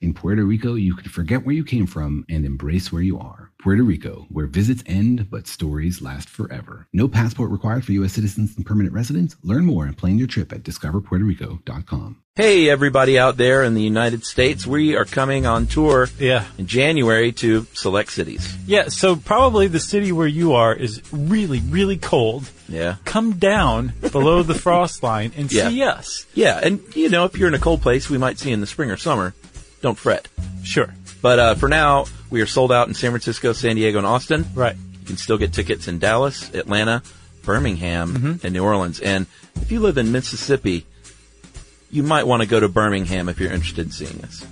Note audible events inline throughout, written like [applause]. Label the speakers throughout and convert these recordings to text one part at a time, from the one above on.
Speaker 1: In Puerto Rico, you can forget where you came from and embrace where you are. Puerto Rico, where visits end but stories last forever. No passport required for U.S. citizens and permanent residents. Learn more and plan your trip at discoverpuertorico.com.
Speaker 2: Hey, everybody out there in the United States, we are coming on tour
Speaker 3: Yeah.
Speaker 2: in January to select cities.
Speaker 3: Yeah, so probably the city where you are is really, really cold.
Speaker 2: Yeah.
Speaker 3: Come down below the frost line and
Speaker 2: Yeah.
Speaker 3: see us.
Speaker 2: Yeah, and you know, if you're in a cold place, we might see you in the spring or summer. Don't fret.
Speaker 3: Sure.
Speaker 2: But uh, for now, we are sold out in San Francisco, San Diego, and Austin.
Speaker 3: Right.
Speaker 2: You can still get tickets in Dallas, Atlanta, Birmingham, and New Orleans. And if you live in Mississippi, you might want to go to Birmingham if you're interested in seeing us.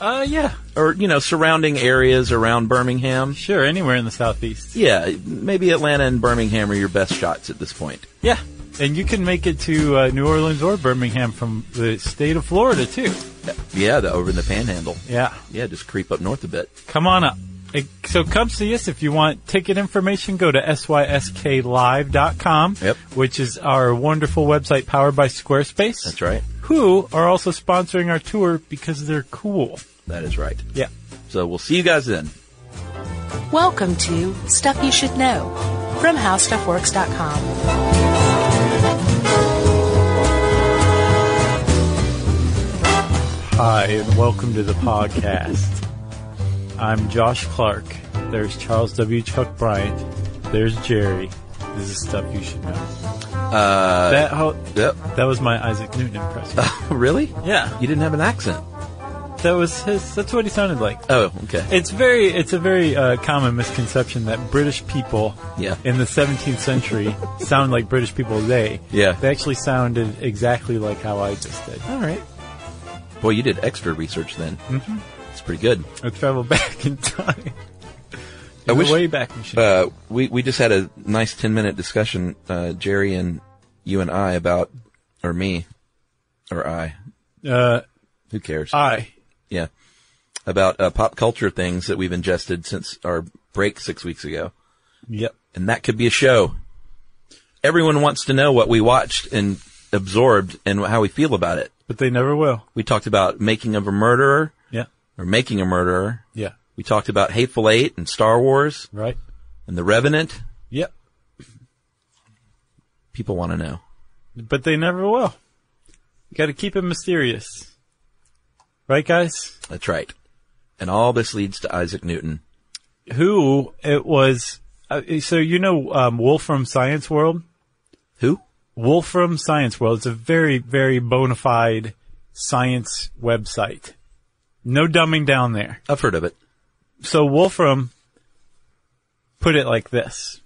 Speaker 3: Uh, yeah.
Speaker 2: Or, you know, surrounding areas around Birmingham.
Speaker 3: Sure. Anywhere in the southeast.
Speaker 2: Yeah, maybe Atlanta and Birmingham are your best shots at this point.
Speaker 3: Yeah. And you can make it to uh, New Orleans or Birmingham from the state of Florida too.
Speaker 2: Yeah, the, over in the panhandle.
Speaker 3: Yeah.
Speaker 2: Yeah, just creep up north a bit.
Speaker 3: Come on up. Uh, So come see us. If you want ticket information, go to sysklive.com,
Speaker 2: Yep.
Speaker 3: which is our wonderful website powered by Squarespace.
Speaker 2: That's right.
Speaker 3: Who are also sponsoring our tour because they're cool.
Speaker 2: That is right.
Speaker 3: Yeah.
Speaker 2: So we'll see you guys then.
Speaker 4: Welcome to Stuff You Should Know from HowStuffWorks.com.
Speaker 3: Hi, and welcome to the podcast. I'm Josh Clark. There's Charles W. Chuck Bryant. There's Jerry. This is stuff you should know. Uh, that ho-
Speaker 2: Yep. Oh,
Speaker 3: that was my Isaac Newton impression.
Speaker 2: really?
Speaker 3: yeah,
Speaker 2: You didn't have an accent.
Speaker 3: that was his. That's what he sounded like.
Speaker 2: Oh, okay.
Speaker 3: It's very, it's a very uh, common misconception that British people
Speaker 2: Yeah.
Speaker 3: in the 17th century sound like British people today.
Speaker 2: Yeah.
Speaker 3: They actually sounded exactly like how I just did.
Speaker 2: All right. Boy, you did extra research then. Mm-hmm. It's pretty good.
Speaker 3: I traveled back in time.
Speaker 2: I wish-
Speaker 3: way back machine.
Speaker 2: Uh, we we just had a nice ten minute discussion, uh, Jerry and you and I about, or me, or I.
Speaker 3: uh,
Speaker 2: Who cares?
Speaker 3: I.
Speaker 2: yeah, about uh, pop culture things that we've ingested since our break six weeks ago,
Speaker 3: Yep.
Speaker 2: and that could be a show. Everyone wants to know what we watched and absorbed and how we feel about it.
Speaker 3: But they never will.
Speaker 2: We talked about making of a murderer
Speaker 3: Yeah.
Speaker 2: or making a murderer.
Speaker 3: Yeah.
Speaker 2: We talked about Hateful Eight and Star Wars
Speaker 3: Right.
Speaker 2: and The Revenant.
Speaker 3: Yep.
Speaker 2: People want to know.
Speaker 3: But they never will. You gotta keep it mysterious. Right, guys?
Speaker 2: That's right. And all this leads to Isaac Newton.
Speaker 3: Who it was. Uh, so you know um, Wolfram Science World?
Speaker 2: Who?
Speaker 3: Wolfram Science World. It's a very, very bona fide science website. No dumbing down there.
Speaker 2: I've heard of it.
Speaker 3: So Wolfram put it like this.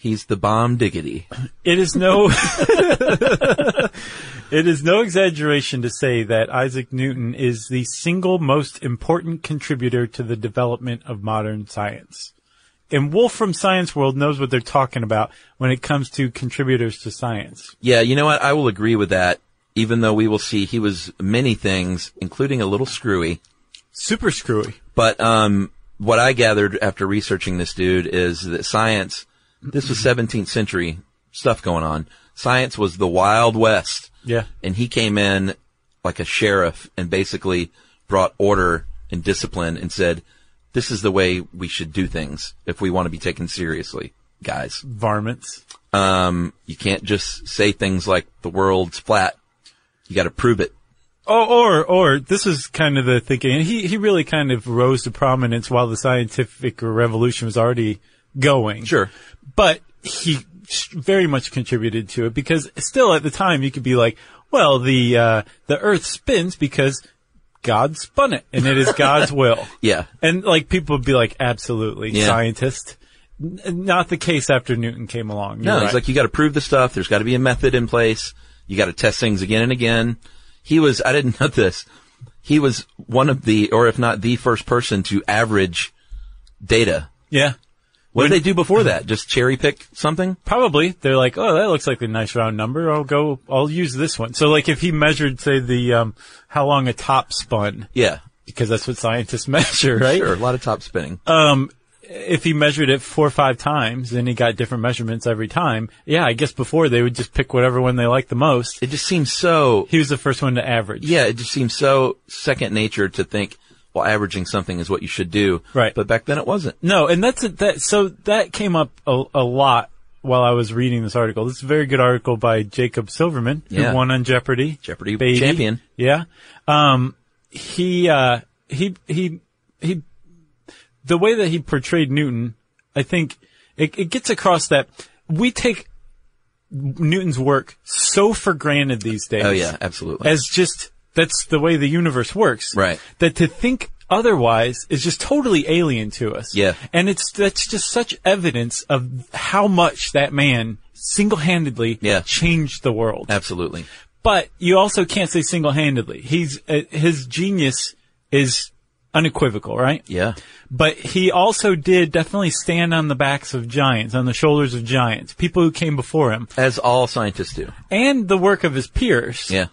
Speaker 2: He's the bomb diggity.
Speaker 3: It is no, [laughs] it is no exaggeration to say that Isaac Newton is the single most important contributor to the development of modern science. And Wolfram Science World knows what they're talking about when it comes to contributors to science.
Speaker 2: Yeah, you know what? I will agree with that, even though we will see he was many things, including a little screwy.
Speaker 3: Super screwy.
Speaker 2: But, um, what I gathered after researching this dude is that science, this was 17th century stuff going on. Science was the Wild West.
Speaker 3: Yeah.
Speaker 2: and he came in like a sheriff and basically brought order and discipline and said, "This is the way we should do things if we want to be taken seriously, guys.
Speaker 3: Varmints.
Speaker 2: Um, you can't just say things like the world's flat. You got to prove it."
Speaker 3: Oh, or, or, this is kind of the thinking. And he, he really kind of rose to prominence while the scientific revolution was already going.
Speaker 2: Sure.
Speaker 3: But he s- very much contributed to it because still at the time you could be like, well, the, uh, the earth spins because God spun it and it is
Speaker 2: [laughs]
Speaker 3: God's will.
Speaker 2: Yeah.
Speaker 3: And like people would be like, absolutely,
Speaker 2: Yeah.
Speaker 3: scientist. N- not the case after Newton came along.
Speaker 2: No,
Speaker 3: You're
Speaker 2: it's
Speaker 3: right.
Speaker 2: like you got to prove the stuff. There's got to be a method in place. You got to test things again and again. He was, I didn't [laughs] know this. He was one of the, or if not the first person to average data.
Speaker 3: yeah.
Speaker 2: What did they do before that? Just cherry pick something?
Speaker 3: Probably. They're like, oh, that looks like a nice round number. I'll go, I'll use this one. So like if he measured, say, the, um, how long a top spun,
Speaker 2: Yeah.
Speaker 3: because that's what scientists [laughs] measure, right?
Speaker 2: Sure. A lot of top spinning.
Speaker 3: Um, if he measured it four or five times and he got different measurements every time, yeah, I guess before they would just pick whatever one they liked the most.
Speaker 2: it just seems so,
Speaker 3: He was the first one to average.
Speaker 2: yeah, it just seems so second nature to think, well, averaging something is what you should do.
Speaker 3: Right.
Speaker 2: But back then it wasn't.
Speaker 3: No, and that's it. That so that came up a, a lot while I was reading this article. This is a very good article by Jacob Silverman, who
Speaker 2: Yeah.
Speaker 3: won on Jeopardy.
Speaker 2: Jeopardy
Speaker 3: Baby.
Speaker 2: champion.
Speaker 3: Yeah. Um, he uh, he he he. The way that he portrayed Newton, I think it, it gets across that we take Newton's work so for granted these days
Speaker 2: Oh yeah, absolutely.
Speaker 3: as just that's the way the universe works.
Speaker 2: Right.
Speaker 3: That to think otherwise is just totally alien to us.
Speaker 2: Yeah.
Speaker 3: And it's that's just such evidence of how much that man single-handedly
Speaker 2: Yeah.
Speaker 3: changed the world.
Speaker 2: absolutely.
Speaker 3: But you also can't say single-handedly. He's uh, his genius is unequivocal, right?
Speaker 2: Yeah.
Speaker 3: But he also did definitely stand on the backs of giants, on the shoulders of giants, people who came before him,
Speaker 2: As all scientists do.
Speaker 3: and the work of his peers
Speaker 2: Yeah.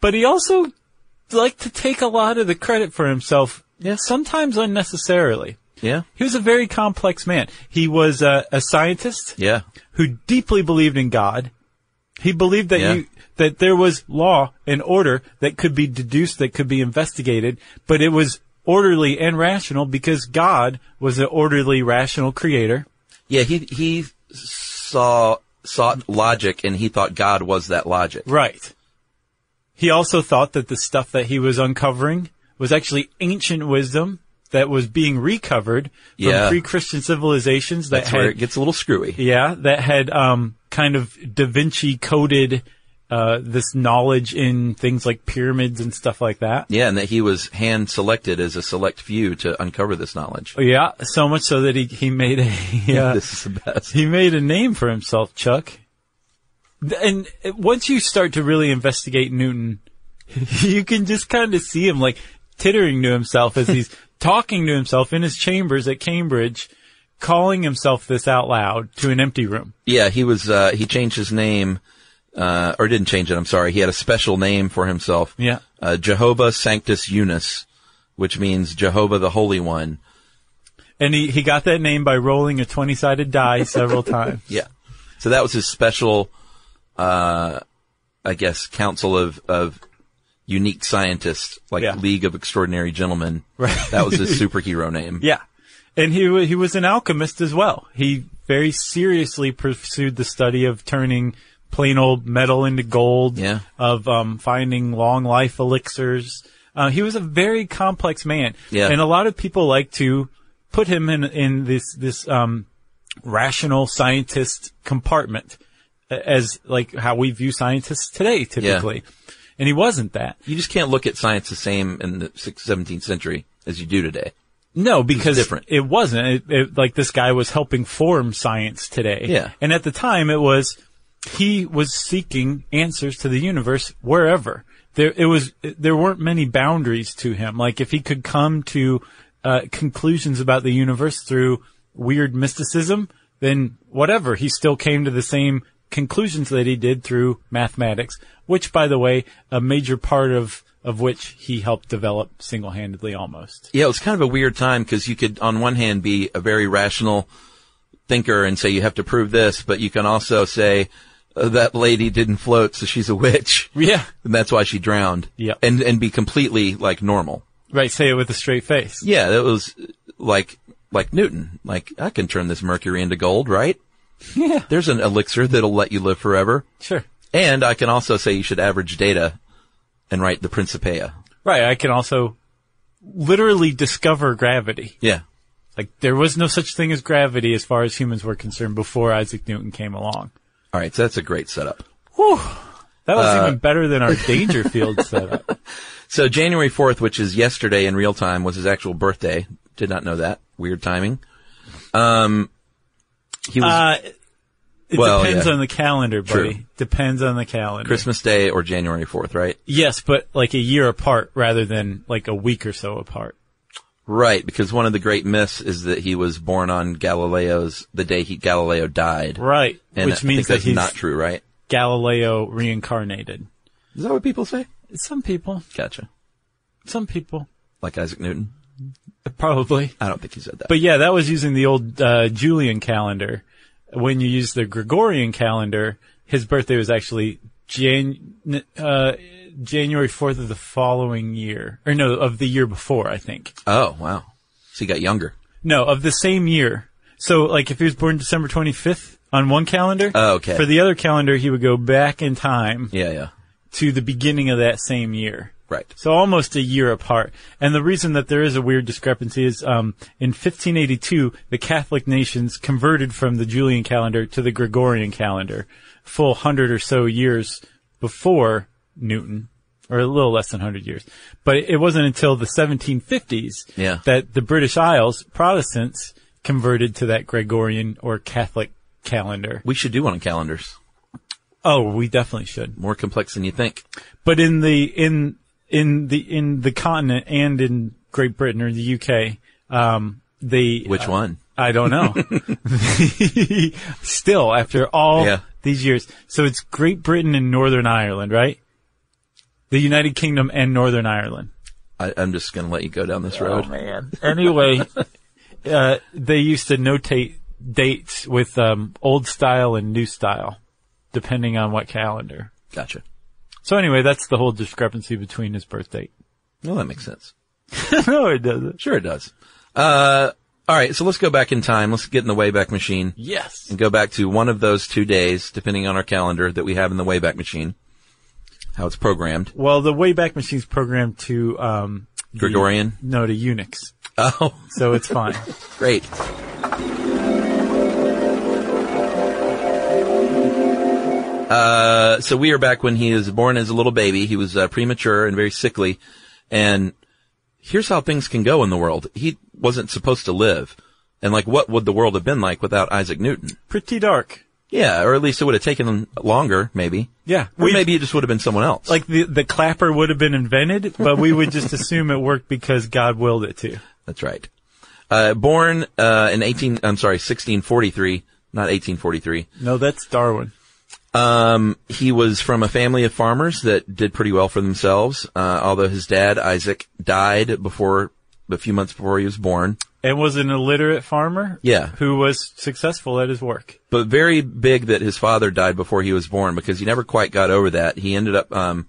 Speaker 3: but he also liked to take a lot of the credit for himself,
Speaker 2: Yeah.
Speaker 3: sometimes unnecessarily.
Speaker 2: Yeah.
Speaker 3: He was a very complex man. He was a, a scientist
Speaker 2: Yeah.
Speaker 3: who deeply believed in God. He believed that
Speaker 2: Yeah.
Speaker 3: you, that there was law and order that could be deduced, that could be investigated, but it was orderly and rational because God was an orderly, rational creator.
Speaker 2: Yeah, he he saw sought logic, and he thought God was that logic.
Speaker 3: Right. He also thought that the stuff that he was uncovering was actually ancient wisdom that was being recovered from
Speaker 2: Yeah.
Speaker 3: pre-Christian civilizations that
Speaker 2: That's
Speaker 3: had
Speaker 2: where it gets a little screwy.
Speaker 3: yeah, that had um, kind of Da Vinci coded uh, this knowledge in things like pyramids and stuff like that.
Speaker 2: Yeah, and that he was hand selected as a select few to uncover this knowledge.
Speaker 3: Yeah, so much so that he he made a [laughs]
Speaker 2: [laughs]
Speaker 3: uh,
Speaker 2: This is the best.
Speaker 3: he made a name for himself, Chuck. Th- And uh, once you start to really investigate Newton, [laughs] you can just kind of see him like tittering to himself as [laughs] he's talking to himself in his chambers at Cambridge, calling himself this out loud to an empty room.
Speaker 2: Yeah, he was. Uh, he changed his name, uh, or didn't change it. I'm sorry. He had a special name for himself.
Speaker 3: Yeah.
Speaker 2: uh, Jehovah Sanctus Unus, which means Jehovah the Holy One.
Speaker 3: And he, he got that name by rolling a 20 sided die several [laughs] times.
Speaker 2: Yeah. So that was his special, uh, I guess, council of, of unique scientists, like
Speaker 3: Yeah.
Speaker 2: League of Extraordinary Gentlemen.
Speaker 3: Right.
Speaker 2: That was
Speaker 3: [laughs]
Speaker 2: his superhero name.
Speaker 3: Yeah. And he, wa- he was an alchemist as well. He very seriously pursued the study of turning plain old metal into gold,
Speaker 2: Yeah.
Speaker 3: of um, finding long life elixirs. Uh, he was a very complex man.
Speaker 2: Yeah.
Speaker 3: And a lot of people like to put him in, in this, this, um, rational scientist compartment a- as like how we view scientists today typically. And he wasn't that.
Speaker 2: You just can't look at science the same in the six- 17th century as you do today.
Speaker 3: No, because
Speaker 2: different.
Speaker 3: it wasn't. It, it, like this guy was helping form science today.
Speaker 2: Yeah.
Speaker 3: And at the time it was, he was seeking answers to the universe wherever. There, it was, there weren't many boundaries to him. Like if he could come to, uh, conclusions about the universe through weird mysticism, then whatever, he still came to the same conclusions that he did through mathematics, which by the way, a major part of, of which he helped develop single-handedly almost.
Speaker 2: Yeah, it was kind of a weird time because you could, on one hand, be a very rational thinker and say you have to prove this, but you can also say "Uh, that lady didn't float, so she's a witch.
Speaker 3: Yeah.
Speaker 2: And that's why she drowned.
Speaker 3: Yep.
Speaker 2: And, and be completely like normal.
Speaker 3: Right, say it with a straight face.
Speaker 2: Yeah, that was uh, like like Newton. Like I can turn this mercury into gold, right?
Speaker 3: Yeah.
Speaker 2: There's an elixir that'll let you live forever,
Speaker 3: Sure.
Speaker 2: and I can also say you should average data and write the Principia.
Speaker 3: Right, I can also literally discover gravity.
Speaker 2: Yeah,
Speaker 3: Like there was no such thing as gravity as far as humans were concerned before Isaac Newton came along.
Speaker 2: All right, so that's a great setup.
Speaker 3: Whew. That was
Speaker 2: Uh,
Speaker 3: even better than
Speaker 2: [laughs]
Speaker 3: our Dangerfield setup.
Speaker 2: So January 4th, which is yesterday in real time, was his actual birthday. Did not know that. Weird timing. Um, he was
Speaker 3: Uh, it
Speaker 2: Well,
Speaker 3: depends
Speaker 2: yeah.
Speaker 3: on the calendar, buddy.
Speaker 2: True.
Speaker 3: Depends on the calendar.
Speaker 2: Christmas Day or January 4th, right?
Speaker 3: Yes, but like a year apart rather than like a week or so apart.
Speaker 2: Right, because one of the great myths is that he was born on Galileo's, the day he, Galileo died.
Speaker 3: Right.
Speaker 2: And I
Speaker 3: which
Speaker 2: think
Speaker 3: means that
Speaker 2: that's
Speaker 3: he's
Speaker 2: not true, right?
Speaker 3: Galileo reincarnated.
Speaker 2: Is that what people say?
Speaker 3: Some people.
Speaker 2: Gotcha.
Speaker 3: Some people.
Speaker 2: Like Isaac Newton.
Speaker 3: Probably.
Speaker 2: I don't think he said that.
Speaker 3: But yeah, that was using the old uh, Julian calendar. When you use the Gregorian calendar, his birthday was actually Jan- uh, January 4th of the following year. Or no, of the year before, I think.
Speaker 2: oh, wow. So he got younger.
Speaker 3: No, of the same year. So, like, if he was born December 25th on one calendar,
Speaker 2: Oh, okay.
Speaker 3: for the other calendar, he would go back in time
Speaker 2: Yeah, yeah.
Speaker 3: to the beginning of that same year.
Speaker 2: Right.
Speaker 3: So almost a year apart. And the reason that there is a weird discrepancy is um, in 1582, the Catholic nations converted from the Julian calendar to the Gregorian calendar, full hundred or so years before Newton, or a little less than hundred years. But it wasn't until the 1750s
Speaker 2: Yeah.
Speaker 3: that the British Isles, Protestants, converted to that Gregorian or Catholic calendar.
Speaker 2: We should do one on calendars.
Speaker 3: Oh, we definitely should.
Speaker 2: More complex than you think.
Speaker 3: but in the in in the in the continent and in Great Britain or the UK, um, they
Speaker 2: Which one?
Speaker 3: I
Speaker 2: [laughs]
Speaker 3: don't know. Still, after all
Speaker 2: Yeah.
Speaker 3: these years, so it's Great Britain and Northern Ireland, right? The United Kingdom and Northern Ireland.
Speaker 2: I, I'm just going to let you go down this road.
Speaker 3: Oh, man. [laughs] Anyway, uh, they used to notate dates with um, old style and new style, depending on what calendar.
Speaker 2: Gotcha.
Speaker 3: So anyway, that's the whole discrepancy between his birth date.
Speaker 2: Well, that makes sense.
Speaker 3: [laughs] no, it doesn't.
Speaker 2: Sure, it does. Uh, all right, so let's go back in time. Let's get in the Wayback Machine
Speaker 3: Yes.
Speaker 2: and go back to one of those two days, depending on our calendar that we have in the Wayback Machine, how it's programmed. [laughs]
Speaker 3: Well, the Wayback Machine's programmed to um,
Speaker 2: Gregorian.
Speaker 3: no to Unix,
Speaker 2: Oh,
Speaker 3: so
Speaker 2: [laughs]
Speaker 3: it's fine.
Speaker 2: great. Uh, so we are back when he is born as a little baby. He was uh, premature and very sickly. And here's how things can go in the world. He wasn't supposed to live. And like, what would the world have been like without Isaac Newton?
Speaker 3: Pretty dark.
Speaker 2: Yeah, or at least it would have taken them longer, maybe.
Speaker 3: Yeah,
Speaker 2: Or
Speaker 3: we
Speaker 2: maybe it just would have been someone else.
Speaker 3: like the the clapper would have been invented, but we would just assume it worked because God willed it to.
Speaker 2: That's right. Uh, born, uh, in 18, I'm sorry, 1643, not 1843.
Speaker 3: No, that's Darwin.
Speaker 2: Um, he was from a family of farmers that did pretty well for themselves, uh, although his dad, Isaac, died before, a few months before he was born.
Speaker 3: And was an illiterate farmer.
Speaker 2: Yeah.
Speaker 3: Who was successful at his work.
Speaker 2: but very big that his father died before he was born because he never quite got over that. He ended up um,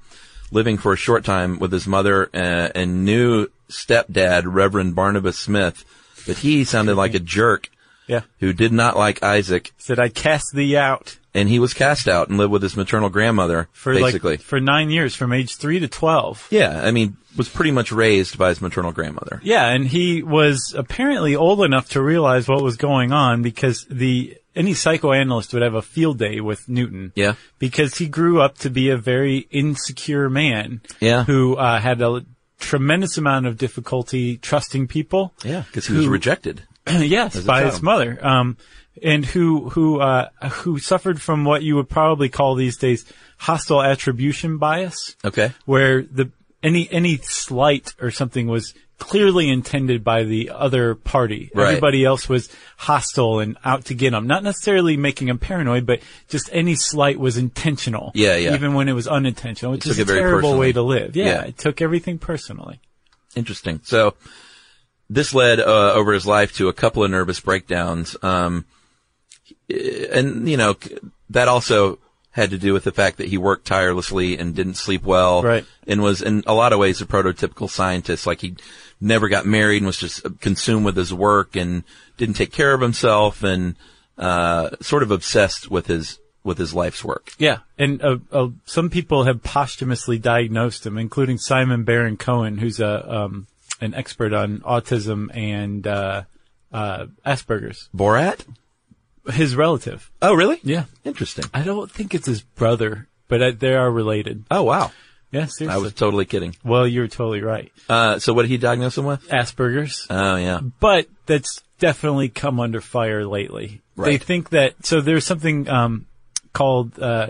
Speaker 2: living for a short time with his mother uh, and new stepdad, Reverend Barnabas Smith, but he sounded like a jerk
Speaker 3: Yeah.
Speaker 2: who did not like Isaac,
Speaker 3: Said, I cast thee out
Speaker 2: and he was cast out and lived with his maternal grandmother,
Speaker 3: for
Speaker 2: basically.
Speaker 3: like, for nine years from age three to 12.
Speaker 2: yeah, I mean, was pretty much raised by his maternal grandmother.
Speaker 3: Yeah, and he was apparently old enough to realize what was going on because the any psychoanalyst would have a field day with Newton.
Speaker 2: Yeah.
Speaker 3: Because he grew up to be a very insecure man.
Speaker 2: Yeah.
Speaker 3: Who uh, had a tremendous amount of difficulty trusting people.
Speaker 2: Yeah, because he was
Speaker 3: Who-
Speaker 2: rejected.
Speaker 3: [clears throat] yes, by
Speaker 2: child.
Speaker 3: his mother. Um, and who who uh, who suffered from what you would probably call these days hostile attribution bias
Speaker 2: Okay.
Speaker 3: where the any any slight or something was clearly intended by the other party.
Speaker 2: Right.
Speaker 3: Everybody else was hostile and out to get him. Not necessarily making him paranoid, but just any slight was intentional.
Speaker 2: Yeah, yeah.
Speaker 3: Even when it was unintentional, which
Speaker 2: took
Speaker 3: is
Speaker 2: it
Speaker 3: a
Speaker 2: very
Speaker 3: terrible
Speaker 2: personally.
Speaker 3: way to live. Yeah,
Speaker 2: Yeah.
Speaker 3: it took everything personally.
Speaker 2: Interesting. So this led uh, over his life to a couple of nervous breakdowns. Um, and you know c- that also had to do with the fact that he worked tirelessly and didn't sleep well,
Speaker 3: Right.
Speaker 2: And was in a lot of ways a prototypical scientist. Like he never got married and was just consumed with his work and didn't take care of himself and uh, sort of obsessed with his with his life's work.
Speaker 3: Yeah, and uh, uh, some people have posthumously diagnosed him, including Simon Baron Cohen, who's a um, an expert on autism and uh, uh, Asperger's.
Speaker 2: Borat?
Speaker 3: His relative.
Speaker 2: Oh, really?
Speaker 3: Yeah.
Speaker 2: Interesting.
Speaker 3: I don't think it's his brother, but I, they are related.
Speaker 2: Oh, wow.
Speaker 3: Yeah,
Speaker 2: I
Speaker 3: seriously.
Speaker 2: was totally kidding.
Speaker 3: well, you're totally right.
Speaker 2: Uh, so what did he diagnose him with?
Speaker 3: Asperger's.
Speaker 2: Oh, yeah.
Speaker 3: but that's definitely come under fire lately. They
Speaker 2: Right.
Speaker 3: think that so there's something um, called uh,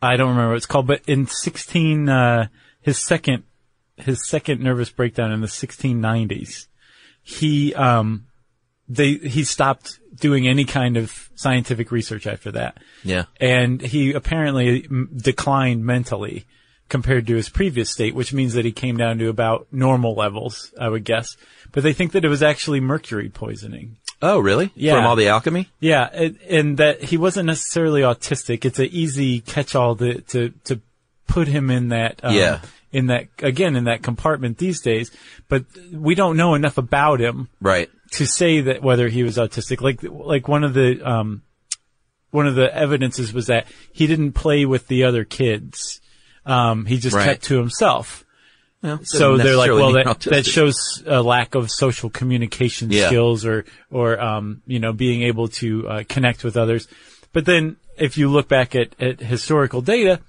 Speaker 3: I don't remember what it's called, but in 16 uh, his second his second nervous breakdown in the 1690s, he um, they he stopped doing any kind of scientific research after that
Speaker 2: Yeah.
Speaker 3: and he apparently m- declined mentally compared to his previous state, which means that he came down to about normal levels, I would guess. But they think that it was actually mercury poisoning.
Speaker 2: Oh, really?
Speaker 3: Yeah.
Speaker 2: From all the alchemy?
Speaker 3: Yeah, and, and that he wasn't necessarily autistic. It's an easy catch-all to to to put him in that. Um,
Speaker 2: Yeah.
Speaker 3: In that again, in that compartment these days, but we don't know enough about him
Speaker 2: Right.
Speaker 3: to say that whether he was autistic, like like one of the um, one of the evidences was that he didn't play with the other kids. Um, he just
Speaker 2: Right.
Speaker 3: kept to himself.
Speaker 2: Well,
Speaker 3: So
Speaker 2: doesn't
Speaker 3: they're like,
Speaker 2: necessarily
Speaker 3: well,
Speaker 2: mean
Speaker 3: that that
Speaker 2: autistic.
Speaker 3: shows a lack of social communication
Speaker 2: Yeah.
Speaker 3: skills or or um, you know being able to uh, connect with others. But then if you look back at, at historical data,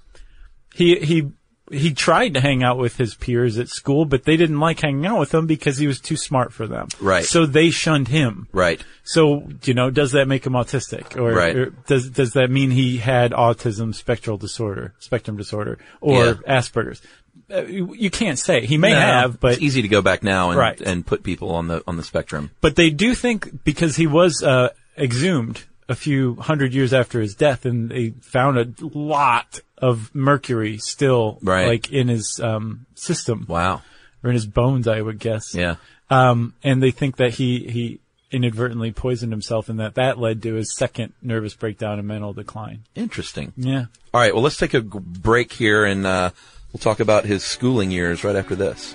Speaker 3: he he. He tried to hang out with his peers at school, but they didn't like hanging out with him because he was too smart for them.
Speaker 2: Right.
Speaker 3: So they shunned him.
Speaker 2: Right.
Speaker 3: So, you know, does that make him autistic? Or,
Speaker 2: Right.
Speaker 3: or does, does that mean he had autism spectral disorder, spectrum disorder, or
Speaker 2: Yeah.
Speaker 3: Asperger's? Uh, you, you can't say. He may
Speaker 2: No,
Speaker 3: have, but,
Speaker 2: it's easy to go back now and,
Speaker 3: Right.
Speaker 2: and put people on the on the spectrum.
Speaker 3: but they do think because he was, uh, exhumed a few hundred years after his death and they found a lot of mercury still,
Speaker 2: Right.
Speaker 3: like in his, um, system
Speaker 2: Wow.
Speaker 3: or in his bones, I would guess.
Speaker 2: Yeah.
Speaker 3: Um, and they think that he, he inadvertently poisoned himself and that that led to his second nervous breakdown and mental decline.
Speaker 2: Interesting.
Speaker 3: Yeah.
Speaker 2: All right. Well, let's take a g- break here and uh, we'll talk about his schooling years right after this.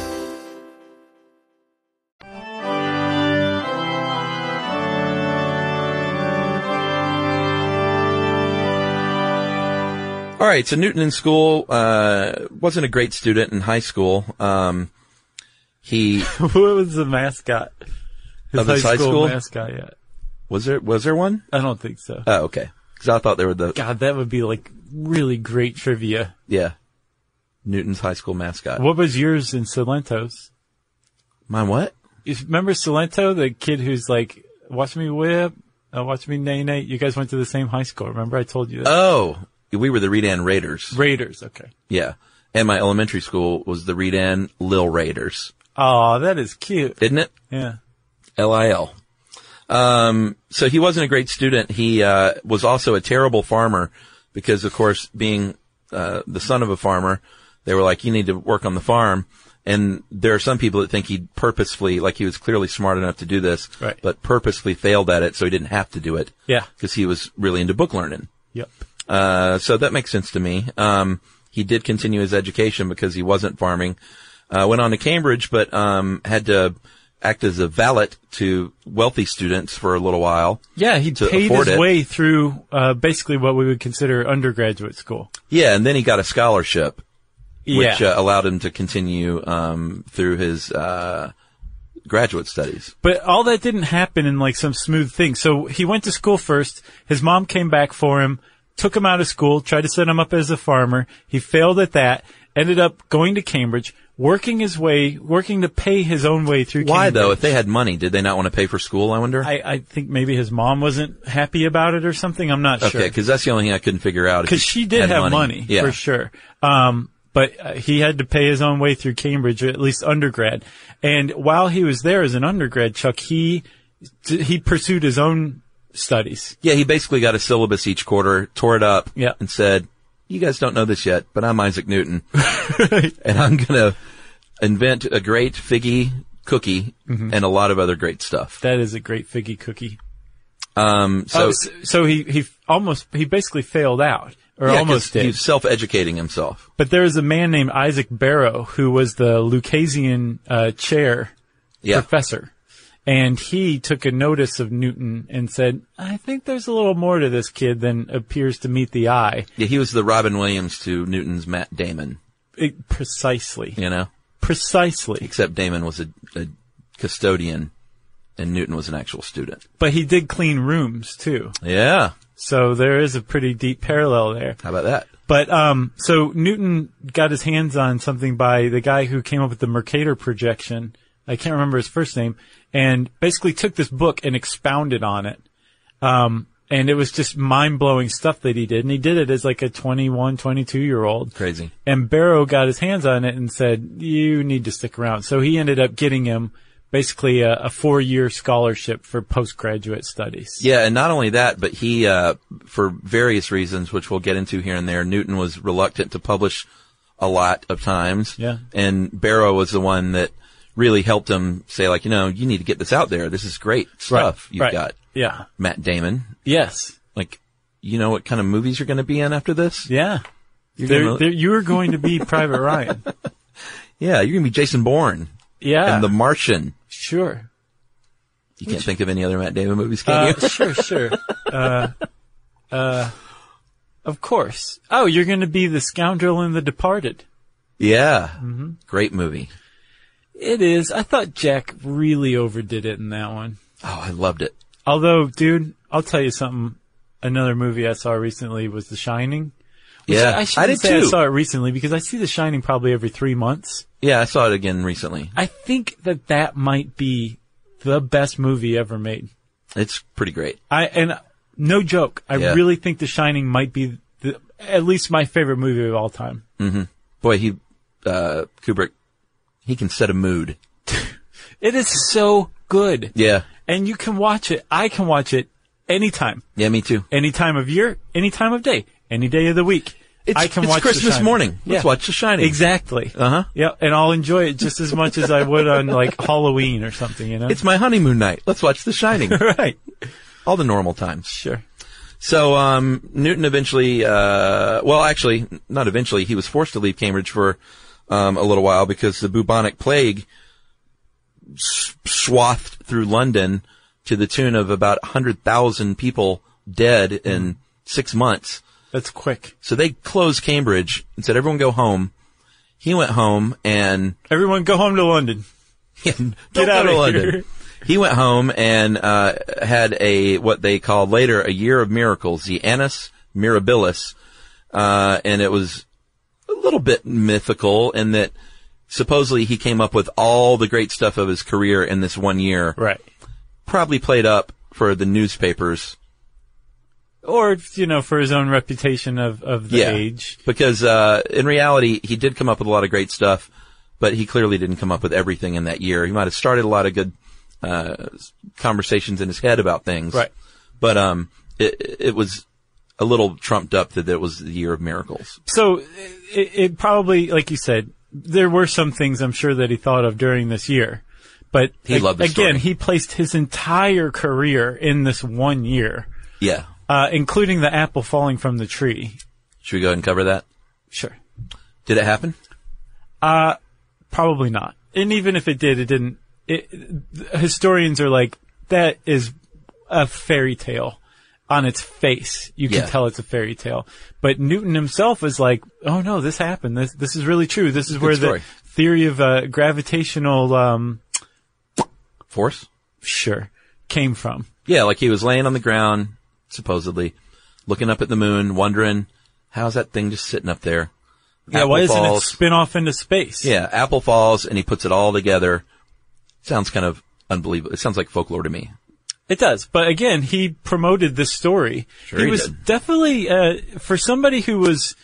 Speaker 2: All right. So Newton in school, uh, wasn't a great student in high school. Um, he
Speaker 3: what was the mascot?
Speaker 2: Of his high school?
Speaker 3: mascot, yeah.
Speaker 2: Was there was there one?
Speaker 3: I don't think so.
Speaker 2: Oh, okay. Because I thought there were the
Speaker 3: God, that would be like really great trivia.
Speaker 2: yeah, Newton's high school mascot.
Speaker 3: What was yours in Salentos?
Speaker 2: Mine what?
Speaker 3: You remember Salento, the kid who's like, watch me whip, uh, watch me nay nay. You guys went to the same high school. Remember I told you that?
Speaker 2: Oh, we were the Redan Raiders.
Speaker 3: Uh, Raiders. Okay.
Speaker 2: Yeah, and my elementary school was the Redan Lil Raiders,
Speaker 3: Oh, that is cute.
Speaker 2: isn't it?
Speaker 3: Yeah.
Speaker 2: L I L. Um, so he wasn't a great student. He uh, was also a terrible farmer because, of course, being uh, the son of a farmer, they were like, "You need to work on the farm." And there are some people that think he purposefully, like he was clearly smart enough to do this,
Speaker 3: Right.
Speaker 2: but purposefully failed at it so he didn't have to do it.
Speaker 3: Yeah.
Speaker 2: because he was really into book learning.
Speaker 3: Yep.
Speaker 2: Uh, so that makes sense to me. Um, he did continue his education because he wasn't farming. Uh, went on to Cambridge, but um, had to act as a valet to wealthy students for a little while.
Speaker 3: Yeah, he
Speaker 2: To
Speaker 3: paid
Speaker 2: afford
Speaker 3: his
Speaker 2: it.
Speaker 3: way through uh, basically what we would consider undergraduate school.
Speaker 2: Yeah, and then he got a scholarship, which
Speaker 3: yeah,
Speaker 2: uh, allowed him to continue um, through his uh, graduate studies.
Speaker 3: but all that didn't happen in like some smooth thing. So he went to school first. His mom came back for him, took him out of school, tried to set him up as a farmer. He failed at that. Ended up going to Cambridge, working his way, working to pay his own way through.
Speaker 2: Why
Speaker 3: Cambridge.
Speaker 2: though? If they had money, did they not want to pay for school? I wonder.
Speaker 3: I, I think maybe his mom wasn't happy about it or something. I'm not
Speaker 2: okay,
Speaker 3: sure.
Speaker 2: because that's the only thing I couldn't figure out. if
Speaker 3: Because
Speaker 2: he
Speaker 3: she did
Speaker 2: had
Speaker 3: have money,
Speaker 2: Yeah.
Speaker 3: for sure. Um, but uh, he had to pay his own way through Cambridge, or at least undergrad. And while he was there as an undergrad, Chuck, he he pursued his own studies.
Speaker 2: Yeah, he basically got a syllabus each quarter, tore it up,
Speaker 3: Yeah.
Speaker 2: and said, "You guys don't know this yet, but I'm Isaac
Speaker 3: [laughs]
Speaker 2: Newton, and I'm gonna invent a great figgy cookie
Speaker 3: Mm-hmm.
Speaker 2: and a lot of other great stuff."
Speaker 3: That is a great figgy cookie.
Speaker 2: Um, so
Speaker 3: So, oh, so, so he he almost he basically failed out or
Speaker 2: yeah, 'cause
Speaker 3: almost did.
Speaker 2: he's self-educating himself.
Speaker 3: But there is a man named Isaac Barrow who was the Lucasian uh, chair
Speaker 2: Yeah,
Speaker 3: professor. And he took a notice of Newton and said, I think there's a little more to this kid than appears to meet the eye.
Speaker 2: yeah, he was the Robin Williams to Newton's Matt Damon,
Speaker 3: It- precisely.
Speaker 2: you know.
Speaker 3: Precisely.
Speaker 2: Except Damon was a, a custodian, and Newton was an actual student.
Speaker 3: But he did clean rooms too.
Speaker 2: Yeah,
Speaker 3: So there is a pretty deep parallel there.
Speaker 2: how about that?
Speaker 3: But, um, so Newton got his hands on something by the guy who came up with the Mercator projection. I can't remember his first name and basically took this book and expounded on it. Um, and it was just mind blowing stuff that he did. And he did it as like a 21, 22 year old.
Speaker 2: Crazy.
Speaker 3: And Barrow got his hands on it and said, you need to stick around. So he ended up getting him basically a, a four year scholarship for postgraduate studies.
Speaker 2: Yeah, and not only that, but he, uh, for various reasons, which we'll get into here and there, Newton was reluctant to publish a lot of times.
Speaker 3: Yeah.
Speaker 2: And Barrow was the one that really helped him say, like, you know, you need to get this out there. This is great stuff you've
Speaker 3: right.
Speaker 2: got.
Speaker 3: Yeah.
Speaker 2: Matt Damon,
Speaker 3: Yes.
Speaker 2: like, you know what kind of movies you're going to be in after this?
Speaker 3: Yeah.
Speaker 2: You're
Speaker 3: There,
Speaker 2: gonna-
Speaker 3: there- you were going to [laughs] be Private Ryan.
Speaker 2: yeah, you're going to be Jason Bourne
Speaker 3: Yeah.
Speaker 2: and The Martian.
Speaker 3: sure.
Speaker 2: You can't think of any other Matt Damon movies, can
Speaker 3: Uh, [laughs]
Speaker 2: you?
Speaker 3: sure, sure. Uh, uh, of course. Oh, you're going to be the scoundrel in The Departed.
Speaker 2: Yeah.
Speaker 3: Mm-hmm.
Speaker 2: Great movie.
Speaker 3: It is. I thought Jack really overdid it in that one.
Speaker 2: Oh, I loved it.
Speaker 3: Although, dude, I'll tell you something. Another movie I saw recently was The Shining. Which
Speaker 2: Yeah.
Speaker 3: I, I shouldn't
Speaker 2: did
Speaker 3: say
Speaker 2: too.
Speaker 3: I saw it recently because I see The Shining probably every three months.
Speaker 2: yeah, I saw it again recently.
Speaker 3: I think that that might be the best movie ever made.
Speaker 2: It's pretty great.
Speaker 3: I and no joke, I
Speaker 2: Yeah.
Speaker 3: really think The Shining might be the, at least my favorite movie of all time.
Speaker 2: Boy, he, uh, Kubrick, he can set a mood.
Speaker 3: It is so good,
Speaker 2: Yeah.
Speaker 3: and you can watch it. I can watch it anytime,
Speaker 2: Yeah, me too.
Speaker 3: any time of year, any time of day, any day of the week.
Speaker 2: It's-
Speaker 3: I can
Speaker 2: it's
Speaker 3: watch The
Speaker 2: Christmas
Speaker 3: Shining.
Speaker 2: morning. Let's watch The Shining.
Speaker 3: Exactly.
Speaker 2: Uh huh.
Speaker 3: Yeah, and I'll enjoy it just as much as I would on like [laughs] Halloween or something. You know.
Speaker 2: It's my honeymoon night. Let's watch The Shining.
Speaker 3: [laughs] right.
Speaker 2: All the normal times.
Speaker 3: Sure.
Speaker 2: So, um, Newton eventually, uh, well, actually, not eventually, he was forced to leave Cambridge for, um, a little while because the bubonic plague s- swathed through London to the tune of about 100,000 people dead in six months.
Speaker 3: That's quick.
Speaker 2: So they closed Cambridge and said, everyone go home. He went home and [laughs]
Speaker 3: Everyone, go home to London.
Speaker 2: don't
Speaker 3: Get
Speaker 2: go
Speaker 3: out
Speaker 2: to
Speaker 3: of
Speaker 2: London.
Speaker 3: here.
Speaker 2: He went home and uh, had a what they called later a year of miracles, the Annus Mirabilis, uh, and it was a little bit mythical in that supposedly he came up with all the great stuff of his career in this one year,
Speaker 3: Right.
Speaker 2: probably played up for the newspapers.
Speaker 3: Or you know, for his own reputation of of the
Speaker 2: yeah,
Speaker 3: age.
Speaker 2: because uh, in reality he did come up with a lot of great stuff, but he clearly didn't come up with everything in that year. He might have started a lot of good uh, conversations in his head about things.
Speaker 3: Right.
Speaker 2: But um, it it was a little trumped up that it was the year of miracles.
Speaker 3: So it, it probably, like you said, there were some things I'm sure that he thought of during this year, but
Speaker 2: He loved the
Speaker 3: again,
Speaker 2: story.
Speaker 3: he placed his entire career in this one year,
Speaker 2: Yeah.
Speaker 3: uh, including the apple falling from the tree.
Speaker 2: Should we go ahead and cover that?
Speaker 3: Sure,
Speaker 2: Did it happen?
Speaker 3: probably not. And even if it did, it didn't. It, historians are like that is a fairy tale on its face. You can
Speaker 2: Yeah.
Speaker 3: tell it's a fairy tale, but Newton himself is like, "Oh no, this happened. This this is really true. This is where the
Speaker 2: story.
Speaker 3: theory of uh, gravitational um,
Speaker 2: Force?
Speaker 3: sure came from.
Speaker 2: Yeah, like he was laying on the ground, supposedly, looking up at the moon, wondering, how's that thing just sitting up there?
Speaker 3: Yeah,
Speaker 2: Apple
Speaker 3: why doesn't it
Speaker 2: falls.
Speaker 3: spin off into space?
Speaker 2: Yeah, apple falls and he puts it all together. Sounds kind of unbelievable. It sounds like folklore to me.
Speaker 3: It does. But again, he promoted this story.
Speaker 2: Sure
Speaker 3: he
Speaker 2: he
Speaker 3: was
Speaker 2: did.
Speaker 3: definitely, uh, for somebody who was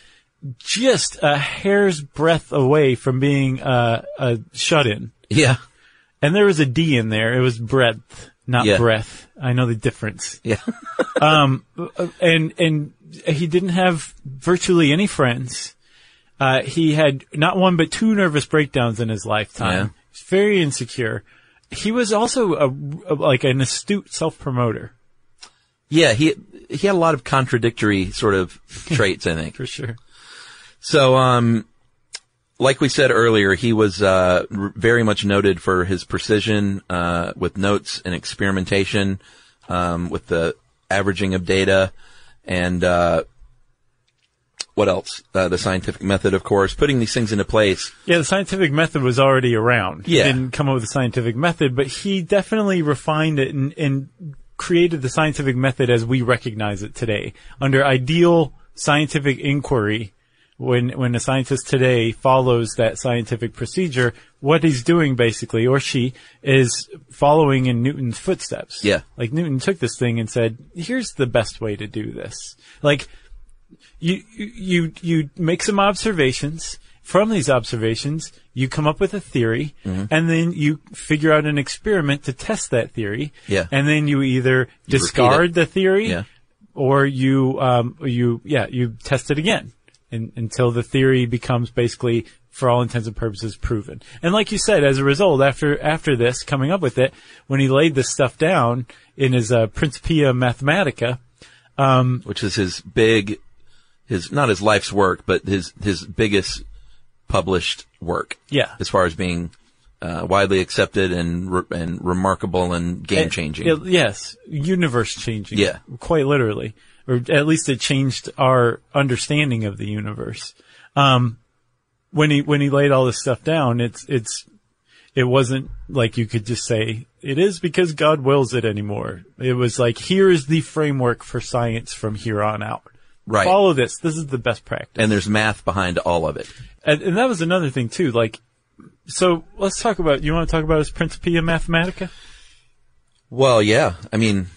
Speaker 3: just a hair's breadth away from being uh, a shut in,
Speaker 2: Yeah.
Speaker 3: and there was a D in there, it was breadth, not
Speaker 2: Yeah.
Speaker 3: breath. I know the difference.
Speaker 2: [laughs] Yeah.
Speaker 3: and and he didn't have virtually any friends. Uh, he had not one but two nervous breakdowns in his lifetime.
Speaker 2: Yeah.
Speaker 3: He was very insecure. He was also a, a- like an astute self promoter
Speaker 2: Yeah, he, he had a lot of contradictory sort of traits, I think.
Speaker 3: for sure.
Speaker 2: So, um, like we said earlier, he was uh, r- very much noted for his precision uh, with notes and experimentation, um, with the averaging of data, and uh, what else? Uh, the scientific method, of course, putting these things into place.
Speaker 3: Yeah, the scientific method was already around.
Speaker 2: Yeah.
Speaker 3: He didn't come up with a scientific method, but he definitely refined it and, and created the scientific method as we recognize it today. Under ideal scientific inquiry, when, when a scientist today follows that scientific procedure, what he's doing basically, or she, is following in Newton's footsteps.
Speaker 2: Yeah.
Speaker 3: Like Newton took this thing and said, here's the best way to do this. Like, you you you make some observations. From these observations, you come up with a theory,
Speaker 2: Mm-hmm.
Speaker 3: and then you figure out an experiment to test that theory.
Speaker 2: Yeah.
Speaker 3: And then you either discard
Speaker 2: it.
Speaker 3: the theory,
Speaker 2: Yeah.
Speaker 3: or you um you yeah you test it again, and, until the theory becomes basically, for all intents and purposes, proven. And like you said, as a result, after after this coming up with it, when he laid this stuff down in his uh, Principia Mathematica,
Speaker 2: which is his big, his not his life's work, but his his biggest published work.
Speaker 3: Yeah.
Speaker 2: as far as being uh, widely accepted and re- and remarkable and game changing.
Speaker 3: It- yes, universe changing.
Speaker 2: Yeah.
Speaker 3: quite literally, or at least it changed our understanding of the universe. Um, when he when he laid all this stuff down, it's it's it wasn't like you could just say it is because God wills it anymore. It was like here is the framework for science from here on out.
Speaker 2: Right.
Speaker 3: Follow this. This is the best practice.
Speaker 2: and there's math behind all of it.
Speaker 3: And, and that was another thing too. Like, so let's talk about. You want to talk about his Principia Mathematica?
Speaker 2: Well, yeah. I mean,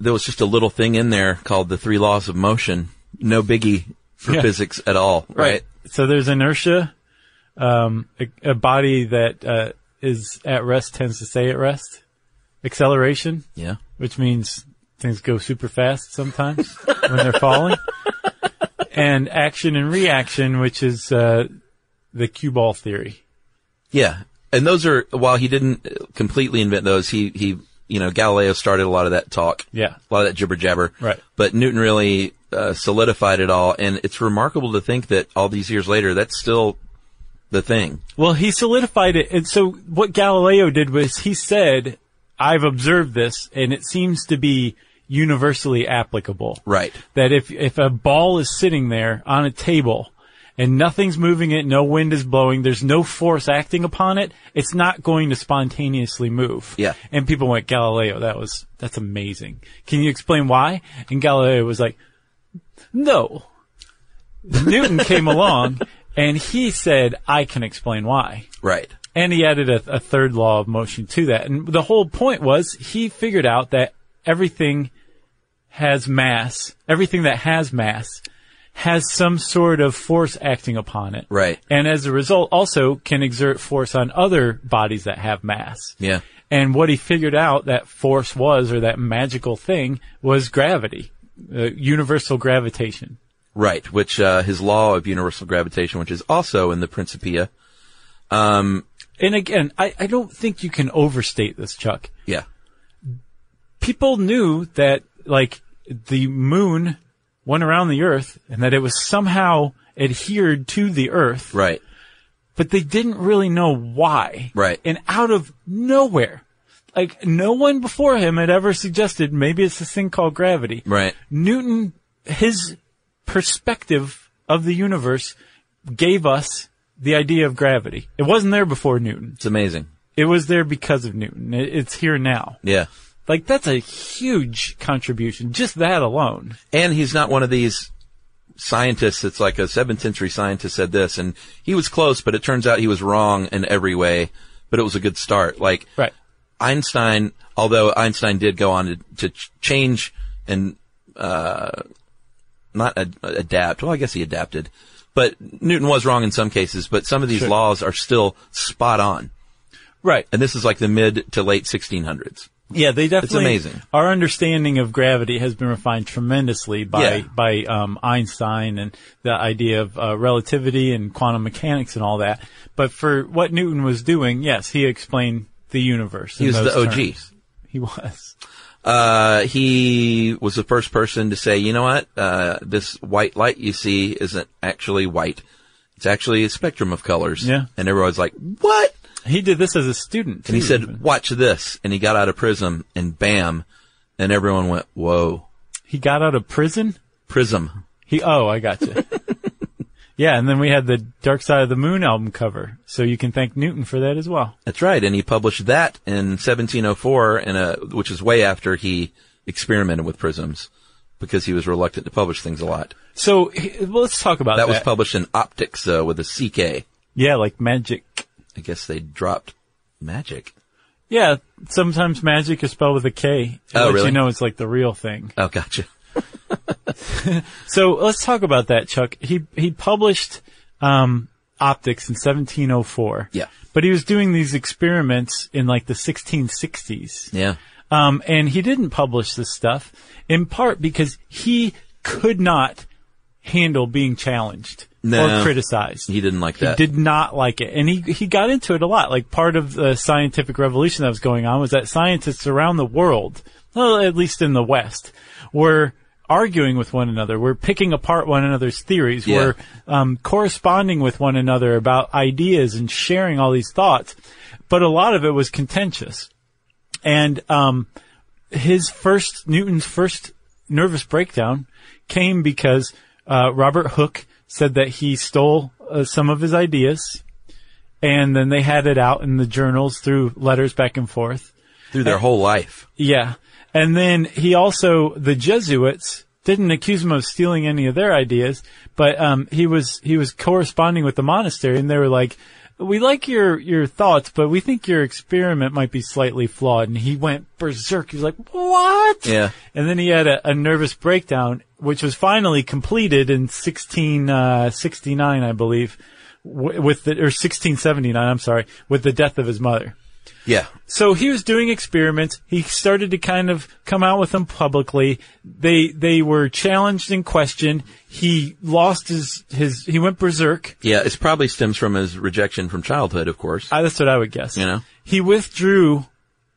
Speaker 2: there was just a little thing in there called the three laws of motion. No biggie for
Speaker 3: Yeah.
Speaker 2: physics at all, right?
Speaker 3: So there's inertia. Um, a, a body that uh, is at rest tends to stay at rest. Acceleration,
Speaker 2: Yeah.
Speaker 3: which means things go super fast sometimes [laughs] when they're falling. And action and reaction, which is uh, the cue ball theory.
Speaker 2: Yeah. And those are, while he didn't completely invent those, he, he, you know, Galileo started a lot of that talk.
Speaker 3: Yeah.
Speaker 2: A lot of that jibber jabber.
Speaker 3: Right.
Speaker 2: But Newton really uh, solidified it all. And it's remarkable to think that all these years later, that's still the thing.
Speaker 3: Well, he solidified it. And so what Galileo did was he said, I've observed this and it seems to be universally applicable.
Speaker 2: Right.
Speaker 3: that if if a ball is sitting there on a table and nothing's moving it, no wind is blowing, there's no force acting upon it, it's not going to spontaneously move.
Speaker 2: Yeah.
Speaker 3: And people went, Galileo, that was that's amazing. Can you explain why? And Galileo was like, No. Newton came [laughs] along and he said, I can explain why.
Speaker 2: Right.
Speaker 3: And he added a, a third law of motion to that. And the whole point was he figured out that everything has mass, everything that has mass has some sort of force acting upon it.
Speaker 2: Right.
Speaker 3: And as a result also can exert force on other bodies that have mass.
Speaker 2: Yeah.
Speaker 3: And what he figured out that force was, or that magical thing, was gravity, uh, universal gravitation.
Speaker 2: Right, which uh, his law of universal gravitation, which is also in the Principia.
Speaker 3: And again, I, I don't think you can overstate this, Chuck.
Speaker 2: Yeah,
Speaker 3: people knew that like the moon went around the earth and that it was somehow adhered to the earth,
Speaker 2: right.
Speaker 3: but they didn't really know why.
Speaker 2: Right.
Speaker 3: And out of nowhere, like no one before him had ever suggested maybe it's this thing called gravity.
Speaker 2: Right.
Speaker 3: Newton, his perspective of the universe gave us the idea of gravity. It wasn't there before Newton.
Speaker 2: It's amazing.
Speaker 3: It was there because of Newton. It- It's here now.
Speaker 2: Yeah.
Speaker 3: Like that's a huge contribution, just that alone.
Speaker 2: And he's not one of these scientists that's like a 7th century scientist said this and he was close, but it turns out he was wrong in every way, but it was a good start. Like,
Speaker 3: Right.
Speaker 2: Einstein, although Einstein did go on to, to ch- change and, uh, not ad- adapt. Well, I guess he adapted, but Newton was wrong in some cases, but some of these laws are still spot on.
Speaker 3: Right.
Speaker 2: And this is like the mid to late 1600s.
Speaker 3: Yeah, they definitely.
Speaker 2: amazing.
Speaker 3: Our understanding of gravity has been refined tremendously by
Speaker 2: Yeah.
Speaker 3: by um, Einstein and the idea of uh, relativity and quantum mechanics and all that. But for what Newton was doing, yes, he explained the universe.
Speaker 2: He
Speaker 3: in
Speaker 2: was
Speaker 3: those
Speaker 2: the OG.
Speaker 3: terms. He was.
Speaker 2: Uh, he was the first person to say, you know what, uh, this white light you see isn't actually white. It's actually a spectrum of colors.
Speaker 3: Yeah.
Speaker 2: And everyone's like, what?
Speaker 3: He did this as a student.
Speaker 2: And he
Speaker 3: too,
Speaker 2: said,
Speaker 3: even.
Speaker 2: watch this. And he got out of prison and bam. And everyone went, whoa,
Speaker 3: he got out of prison.
Speaker 2: prism.
Speaker 3: He oh, I
Speaker 2: [laughs]
Speaker 3: got you. yeah, and then we had the Dark Side of the Moon album cover, so you can thank Newton for that as well.
Speaker 2: That's right. And he published that in 1704 in a, which is way after he experimented with prisms because he was reluctant to publish things a lot.
Speaker 3: So he- well, let's talk about
Speaker 2: That
Speaker 3: that.
Speaker 2: was published in optics though with a CK.
Speaker 3: yeah, like magic.
Speaker 2: I guess they dropped magic.
Speaker 3: Yeah, sometimes magic is spelled with a K. It
Speaker 2: Oh,
Speaker 3: lets
Speaker 2: really?
Speaker 3: You know, it's like the real thing.
Speaker 2: Oh, gotcha.
Speaker 3: So let's talk about that, Chuck. He he published um, optics in 1704.
Speaker 2: Yeah.
Speaker 3: but he was doing these experiments in like the 1660s.
Speaker 2: Yeah.
Speaker 3: Um, and he didn't publish this stuff in part because he could not handle being challenged
Speaker 2: No.
Speaker 3: or criticized.
Speaker 2: He didn't like
Speaker 3: He
Speaker 2: that.
Speaker 3: did not like it. And he, he got into it a lot. Like part of the scientific revolution that was going on was that scientists around the world, well, at least in the West, were arguing with one another, were picking apart one another's theories,
Speaker 2: Yeah.
Speaker 3: were um, corresponding with one another about ideas and sharing all these thoughts. But a lot of it was contentious. And, um, his first Newton's first nervous breakdown came because uh, Robert Hooke said that he stole uh, some of his ideas, and then they had it out in the journals through letters back and forth.
Speaker 2: Through their whole life.
Speaker 3: Yeah, and then he also the Jesuits didn't accuse him of stealing any of their ideas, but um, he was he was corresponding with the monastery, and they were like. We like your, your thoughts, but we think your experiment might be slightly flawed. And he went berserk. He was like, what?
Speaker 2: Yeah.
Speaker 3: And then he had a, a nervous breakdown, which was finally completed in 1669, I believe, w- with the, or 1679, I'm sorry, with the death of his mother.
Speaker 2: Yeah.
Speaker 3: So he was doing experiments. He started to kind of come out with them publicly. They, they were challenged and questioned. He lost his, his, he went berserk.
Speaker 2: Yeah. It probably stems from his rejection from childhood, of course.
Speaker 3: I, that's what I would guess.
Speaker 2: You know?
Speaker 3: he withdrew,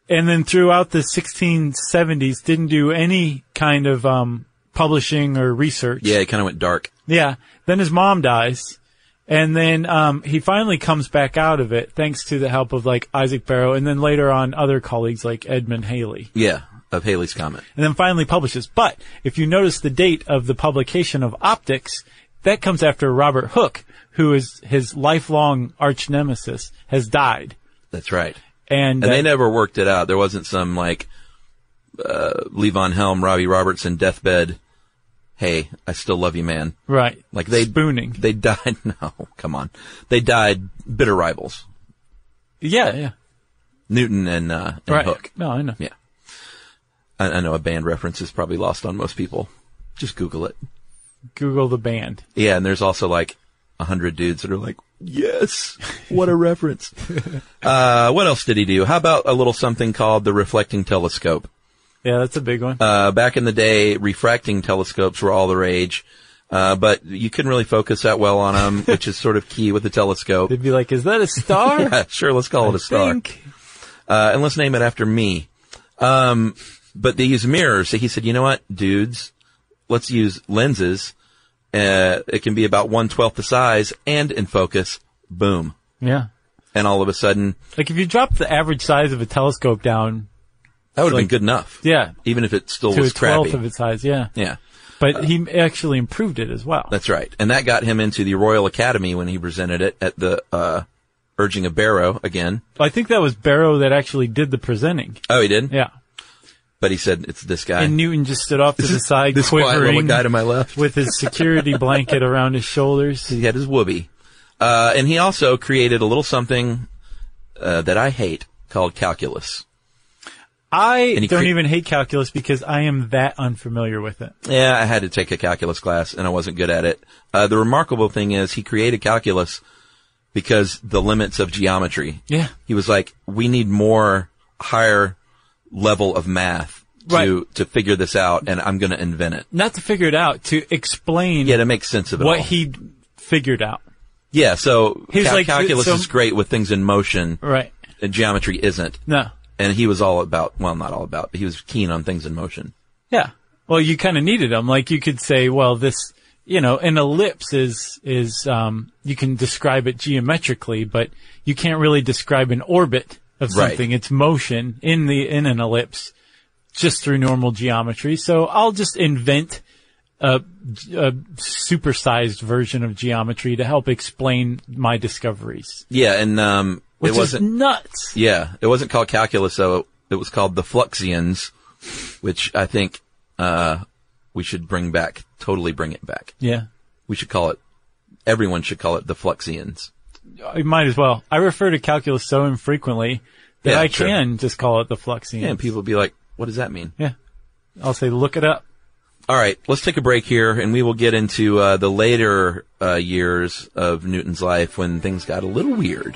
Speaker 3: and then throughout the 1670s, didn't do any kind of um, publishing or research.
Speaker 2: yeah. It kind of went dark.
Speaker 3: Yeah. Then his mom dies, and then um, he finally comes back out of it thanks to the help of like Isaac Barrow, and then later on other colleagues like Edmund Haley,
Speaker 2: Yeah. Of Haley's comment.
Speaker 3: and then finally publishes. But if you notice the date of the publication of Optics, that comes after Robert Hooke, who is his lifelong arch nemesis, has died.
Speaker 2: That's right.
Speaker 3: And, uh,
Speaker 2: And
Speaker 3: that-
Speaker 2: they never worked it out. There wasn't some like, uh, Levon Helm, Robbie Robertson deathbed. Hey, I still love you, man.
Speaker 3: Right.
Speaker 2: Like they,
Speaker 3: spooning.
Speaker 2: they died. [laughs] No, come on. They died bitter rivals.
Speaker 3: yeah, yeah.
Speaker 2: Newton and, uh, and
Speaker 3: Right.
Speaker 2: Hook.
Speaker 3: No, I know.
Speaker 2: Yeah. I, I know a band reference is probably lost on most people. Just Google it.
Speaker 3: Google the band.
Speaker 2: Yeah, and there's also like a hundred dudes that are like, Yes. What a reference. Uh, what else did he do? How about a little something called the reflecting telescope?
Speaker 3: Yeah, that's a big one.
Speaker 2: Uh, back in the day, refracting telescopes were all the rage. Uh, but you couldn't really focus that well on them, which is sort of key with the telescope.
Speaker 3: They'd be like, "Is that a star?"
Speaker 2: Yeah, [laughs] sure, let's call it a star.
Speaker 3: Think.
Speaker 2: Uh, and let's name it after me. Um, but they use mirrors. So he said, you know what, dudes, let's use lenses. Uh, it can be about one twelfth the size and in focus. Boom.
Speaker 3: Yeah.
Speaker 2: And all of a sudden,
Speaker 3: Like if you drop the average size of a telescope down,
Speaker 2: that would have
Speaker 3: Like-
Speaker 2: been good enough.
Speaker 3: yeah,
Speaker 2: Even if it still
Speaker 3: to a
Speaker 2: was
Speaker 3: twelfth
Speaker 2: crappy.
Speaker 3: of its size, yeah.
Speaker 2: yeah.
Speaker 3: But he actually improved it as well.
Speaker 2: That's right. And that got him into the Royal Academy when he presented it at the, uh, urging of Barrow again.
Speaker 3: I think that was Barrow that actually did the presenting.
Speaker 2: Oh, he did?
Speaker 3: Yeah.
Speaker 2: But he said, it's this guy.
Speaker 3: And Newton just stood off to the side,
Speaker 2: [laughs] this quiet little
Speaker 3: quivering
Speaker 2: guy to my left.
Speaker 3: with his security blanket around his shoulders.
Speaker 2: He had his whoopee. Uh, and he also created a little something, uh, that I hate called calculus.
Speaker 3: I
Speaker 2: he
Speaker 3: don't
Speaker 2: cre-
Speaker 3: even hate calculus because I am that unfamiliar with it.
Speaker 2: Yeah, I had to take a calculus class and I wasn't good at it. Uh, the remarkable thing is he created calculus because the limits of geometry.
Speaker 3: Yeah.
Speaker 2: He was like, we need more higher level of math to,
Speaker 3: Right.
Speaker 2: to figure this out and I'm going to invent it.
Speaker 3: Not to figure it out, to explain
Speaker 2: Yeah, to make sense of it.
Speaker 3: what
Speaker 2: all.
Speaker 3: he figured out.
Speaker 2: yeah, so
Speaker 3: He's
Speaker 2: cal-
Speaker 3: like,
Speaker 2: calculus
Speaker 3: so-
Speaker 2: is great with things in motion
Speaker 3: Right.
Speaker 2: and geometry isn't.
Speaker 3: No.
Speaker 2: And he was all about, well, not all about, but he was keen on things in motion.
Speaker 3: Yeah. Well, you kind of needed them. Like you could say, well, this, you know, an ellipse is, is, um, you can describe it geometrically, but you can't really describe an orbit of
Speaker 2: Right.
Speaker 3: something. It's motion in the, in an ellipse just through normal geometry. So I'll just invent a, a supersized version of geometry to help explain my discoveries,
Speaker 2: Yeah, and, um,
Speaker 3: which
Speaker 2: it wasn't.
Speaker 3: is nuts.
Speaker 2: Yeah, it wasn't called calculus though. It was called the Fluxions, which I think uh, we should bring back. Totally bring it back.
Speaker 3: Yeah.
Speaker 2: We should call it. Everyone should call it the Fluxions.
Speaker 3: I might as well. I refer to calculus so infrequently that
Speaker 2: Yeah,
Speaker 3: I
Speaker 2: sure.
Speaker 3: can just call it the fluxion.
Speaker 2: Yeah, and people be like, "What does that mean?"
Speaker 3: Yeah. I'll say, look it up.
Speaker 2: All right, let's take a break here, and we will get into uh, the later uh, years of Newton's life when things got a little weird.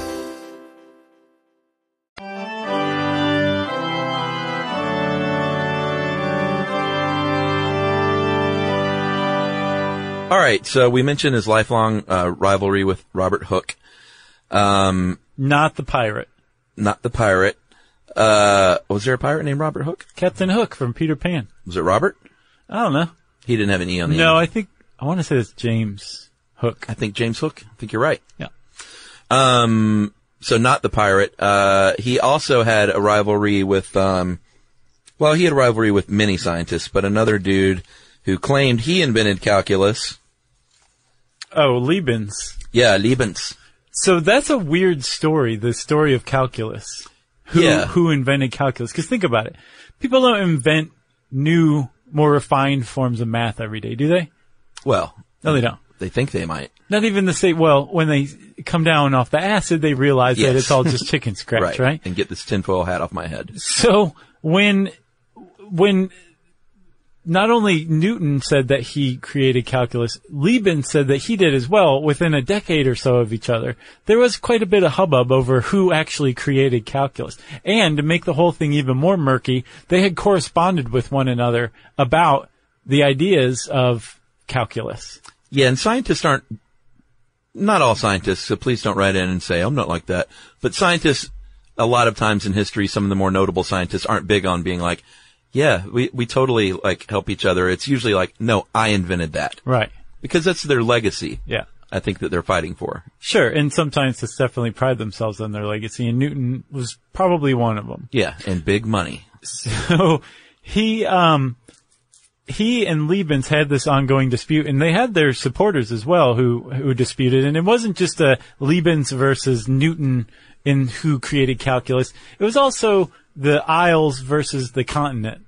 Speaker 2: All right, so we mentioned his lifelong uh, rivalry with Robert Hooke. Um,
Speaker 3: Not the pirate.
Speaker 2: not the pirate. Uh, was there a pirate named Robert Hook?
Speaker 3: Captain Hook from Peter Pan.
Speaker 2: Was it Robert?
Speaker 3: I don't know.
Speaker 2: He didn't have an E on the end.
Speaker 3: No, I think, I want to say it's James Hook.
Speaker 2: I think James Hook. I think you're right.
Speaker 3: Yeah.
Speaker 2: Um, So not the pirate. Uh, he also had a rivalry with, um, well, he had a rivalry with many scientists, but another dude who claimed he invented calculus.
Speaker 3: Oh, Liebens.
Speaker 2: Yeah, Leibniz.
Speaker 3: So that's a weird story, the story of calculus. Who,
Speaker 2: Yeah.
Speaker 3: who invented calculus? Because think about it. People don't invent new, more refined forms of math every day, do they?
Speaker 2: Well,
Speaker 3: No, they don't.
Speaker 2: they think they might.
Speaker 3: Not even the state. Well, when they come down off the acid, they realize that
Speaker 2: Yes.
Speaker 3: it's all just
Speaker 2: [laughs]
Speaker 3: chicken scratch,
Speaker 2: Right.
Speaker 3: right?
Speaker 2: And get this tinfoil hat off my head.
Speaker 3: So when when not only Newton said that he created calculus, Liebman said that he did as well within a decade or so of each other. There was quite a bit of hubbub over who actually created calculus. And to make the whole thing even more murky, they had corresponded with one another about the ideas of calculus.
Speaker 2: Yeah, and scientists aren't, not all scientists, so please don't write in and say, I'm not like that. But scientists, a lot of times in history, some of the more notable scientists aren't big on being like, yeah, we, we totally like help each other. It's usually like, no, I invented that
Speaker 3: Right.
Speaker 2: because that's their legacy.
Speaker 3: Yeah.
Speaker 2: I think that they're fighting for.
Speaker 3: Sure, and some scientists definitely pride themselves on their legacy, and Newton was probably one of them. [laughs]
Speaker 2: Yeah. And big money.
Speaker 3: So he, um, he and Liebens had this ongoing dispute, and they had their supporters as well who who disputed, and it wasn't just a Liebens versus Newton in who created calculus. It was also the Isles versus the continent.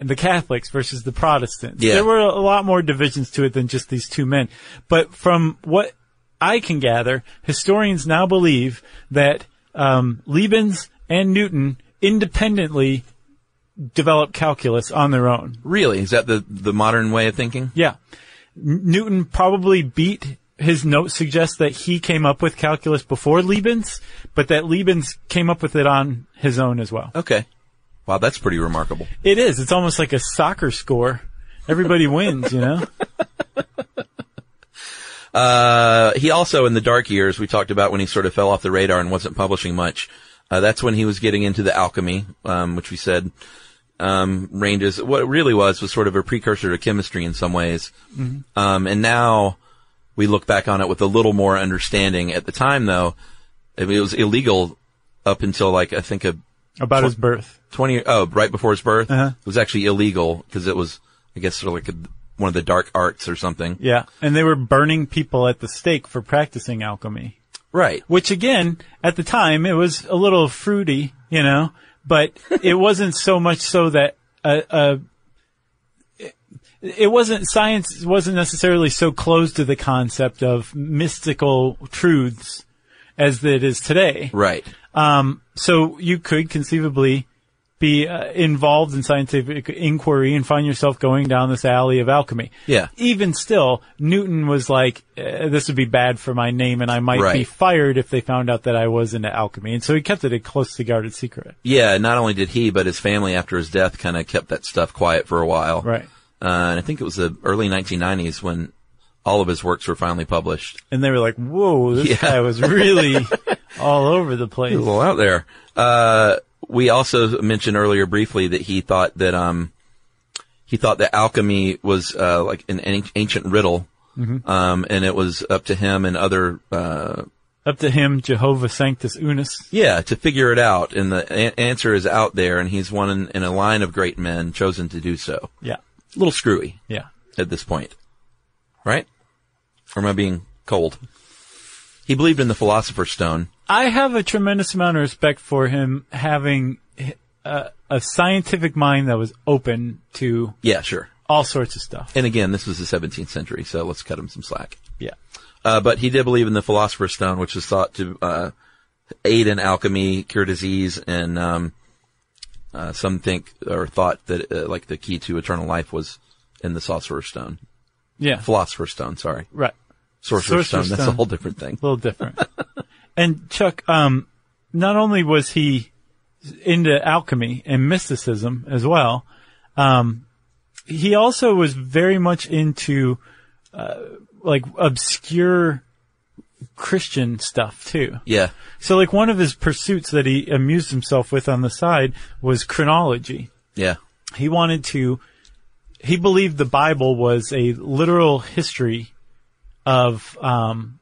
Speaker 3: And the Catholics versus the Protestants.
Speaker 2: Yeah.
Speaker 3: There were a lot more divisions to it than just these two men. But from what I can gather, historians now believe that um, Liebens and Newton independently developed calculus on their own.
Speaker 2: Really? Is that the, the modern way of thinking?
Speaker 3: Yeah. N- Newton probably beat his note suggests that he came up with calculus before Liebens, but that Liebens came up with it on his own as well.
Speaker 2: Okay. Wow. That's pretty remarkable.
Speaker 3: It is. It's almost like a soccer score. Everybody [laughs] wins, you know?
Speaker 2: Uh, he also, in the dark years, we talked about when he sort of fell off the radar and wasn't publishing much. Uh, that's when he was getting into the alchemy, um, which we said um, ranges. What it really was was sort of a precursor to chemistry in some ways. Um, and now we look back on it with a little more understanding. At the time, though, I mean, it was illegal up until like I think a
Speaker 3: About his birth.
Speaker 2: 20, oh, right before his birth. It was actually illegal because it was, I guess, sort of like a, one of the dark arts or something.
Speaker 3: Yeah. And they were burning people at the stake for practicing alchemy.
Speaker 2: Right.
Speaker 3: Which again, at the time, it was a little fruity, you know, but it wasn't so much so that uh, uh, it, it wasn't science wasn't necessarily so close to the concept of mystical truths as it is today.
Speaker 2: Right.
Speaker 3: Um, So you could conceivably be uh, involved in scientific inquiry and find yourself going down this alley of alchemy.
Speaker 2: Yeah.
Speaker 3: Even still, Newton was like, eh, this would be bad for my name and I might be
Speaker 2: Right.
Speaker 3: fired if they found out that I was into alchemy. And so he kept it a closely guarded secret.
Speaker 2: Yeah, not only did he, but his family after his death kind of kept that stuff quiet for a while.
Speaker 3: Right.
Speaker 2: Uh, and I think it was the early 1990s when all of his works were finally published.
Speaker 3: And they were like, whoa, this
Speaker 2: Yeah.
Speaker 3: guy
Speaker 2: [laughs]
Speaker 3: was really all over the place.
Speaker 2: Well, out there. Uh, we also mentioned earlier briefly that he thought that, um, he thought that alchemy was, uh, like an an- ancient riddle. Um, and it was up to him and other, uh,
Speaker 3: Up to him, Jehovah Sanctus Unus.
Speaker 2: yeah, to figure it out. And the a- answer is out there. And he's one in, in a line of great men chosen to do so.
Speaker 3: Yeah.
Speaker 2: A little screwy.
Speaker 3: Yeah.
Speaker 2: at this point. Right? Or am I being cold? He believed in the Philosopher's Stone.
Speaker 3: I have a tremendous amount of respect for him having a, a scientific mind that was open to
Speaker 2: Yeah, sure.
Speaker 3: all sorts of stuff.
Speaker 2: And again, this was the 17th century, so let's cut him some slack.
Speaker 3: Yeah.
Speaker 2: Uh, but he did believe in the Philosopher's Stone, which is thought to uh, aid in alchemy, cure disease, and um, uh, some think or thought that uh, like the key to eternal life was in the Sorcerer's Stone,
Speaker 3: Yeah.
Speaker 2: Philosopher's Stone. Sorry,
Speaker 3: right.
Speaker 2: Sorcerer's,
Speaker 3: Sorcerer's
Speaker 2: Stone. That's a
Speaker 3: Stone.
Speaker 2: whole different thing.
Speaker 3: A little different. [laughs] and Chuck, um, not only was he into alchemy and mysticism as well, um, he also was very much into, uh, like obscure Christian stuff too.
Speaker 2: Yeah,
Speaker 3: So like one of his pursuits that he amused himself with on the side was chronology.
Speaker 2: yeah,
Speaker 3: He wanted to, he believed the Bible was a literal history of, um,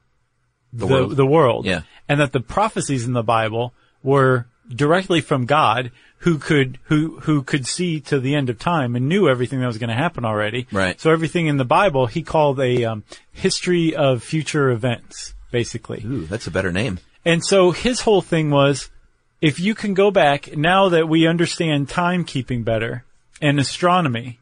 Speaker 2: The
Speaker 3: the,
Speaker 2: world.
Speaker 3: the world.
Speaker 2: Yeah.
Speaker 3: And that the prophecies in the Bible were directly from God who could, who, who could see to the end of time and knew everything that was going to happen already.
Speaker 2: Right.
Speaker 3: So everything in the Bible he called a um, history of future events, basically.
Speaker 2: Ooh, that's a better name.
Speaker 3: And so his whole thing was, if you can go back now that we understand timekeeping better and astronomy,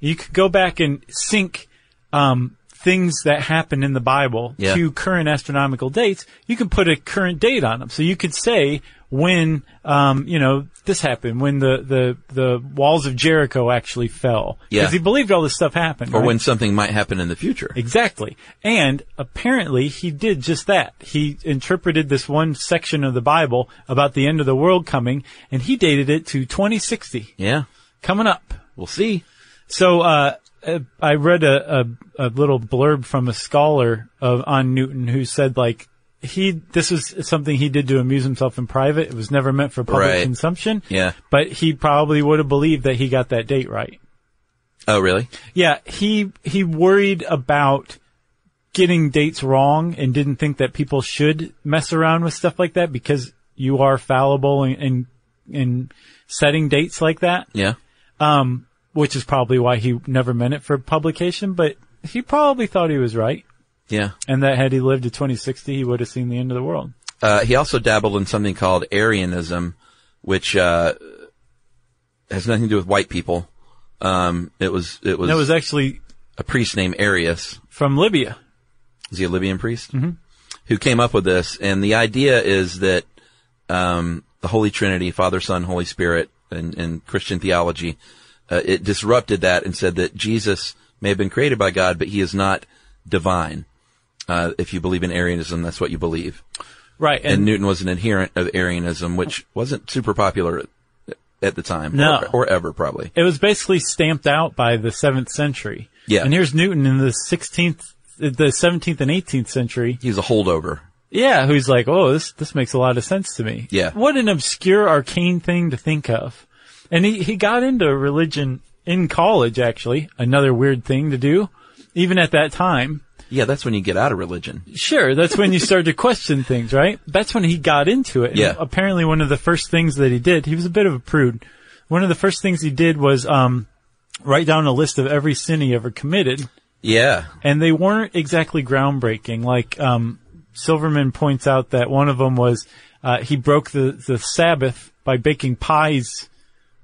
Speaker 3: you could go back and sync um, things that happen in the Bible
Speaker 2: Yeah.
Speaker 3: to current astronomical dates. You can put a current date on them, so you could say when um, you know this happened, when the the the walls of Jericho actually fell,
Speaker 2: Yeah.
Speaker 3: he believed all this stuff happened.
Speaker 2: Or
Speaker 3: right?
Speaker 2: when something might happen in the future.
Speaker 3: Exactly. And apparently he did just that. He interpreted this one section of the Bible about the end of the world coming and he dated it to 2060
Speaker 2: Yeah.
Speaker 3: coming up.
Speaker 2: We'll see.
Speaker 3: So, uh, uh, I read a, a, a little blurb from a scholar of, on Newton who said like, he, this was something he did to amuse himself in private. It was never meant for public
Speaker 2: Right.
Speaker 3: consumption.
Speaker 2: Yeah.
Speaker 3: But he probably would have believed that he got that date right.
Speaker 2: Oh, really?
Speaker 3: Yeah, he he worried about getting dates wrong and didn't think that people should mess around with stuff like that because you are fallible in in, in setting dates like that, Um,
Speaker 2: Yeah.
Speaker 3: which is probably why he never meant it for publication, but he probably thought he was right
Speaker 2: Yeah.
Speaker 3: and that had he lived to 2060 he would have seen the end of the world.
Speaker 2: Uh, he also dabbled in something called Arianism, which, uh, has nothing to do with white people. Um, it was, it was,
Speaker 3: That was actually
Speaker 2: a priest named Arius.
Speaker 3: from Libya.
Speaker 2: Is he a Libyan priest? Mm-hmm. Who came up with this. And the idea is that, um, the Holy Trinity, Father, Son, Holy Spirit, and, and Christian theology, uh, it disrupted that and said that Jesus may have been created by God, but he is not divine. Uh, if you believe in Arianism, that's what you believe.
Speaker 3: Right.
Speaker 2: And, Newton was an adherent of Arianism, which wasn't super popular at, at the time.
Speaker 3: No.
Speaker 2: Or, or ever, probably.
Speaker 3: it was basically stamped out by the seventh century.
Speaker 2: Yeah.
Speaker 3: And here's Newton in the 16th, the 17th and 18th century.
Speaker 2: He was a holdover.
Speaker 3: Yeah. Who's like, oh, this, this makes a lot of sense to me.
Speaker 2: Yeah.
Speaker 3: What an obscure, arcane thing to think of. And he, he got into religion in college, actually. Another weird thing to do. Even at that time.
Speaker 2: Yeah, that's when you get out of religion.
Speaker 3: Sure, that's when you start to question things, right? That's when he got into it. And
Speaker 2: Yeah.
Speaker 3: Apparently, one of the first things that he did, he was a bit of a prude. One of the first things he did was um, write down a list of every sin he ever committed,
Speaker 2: Yeah.
Speaker 3: and they weren't exactly groundbreaking. Like um, Silverman points out that one of them was uh, he broke the the Sabbath by baking pies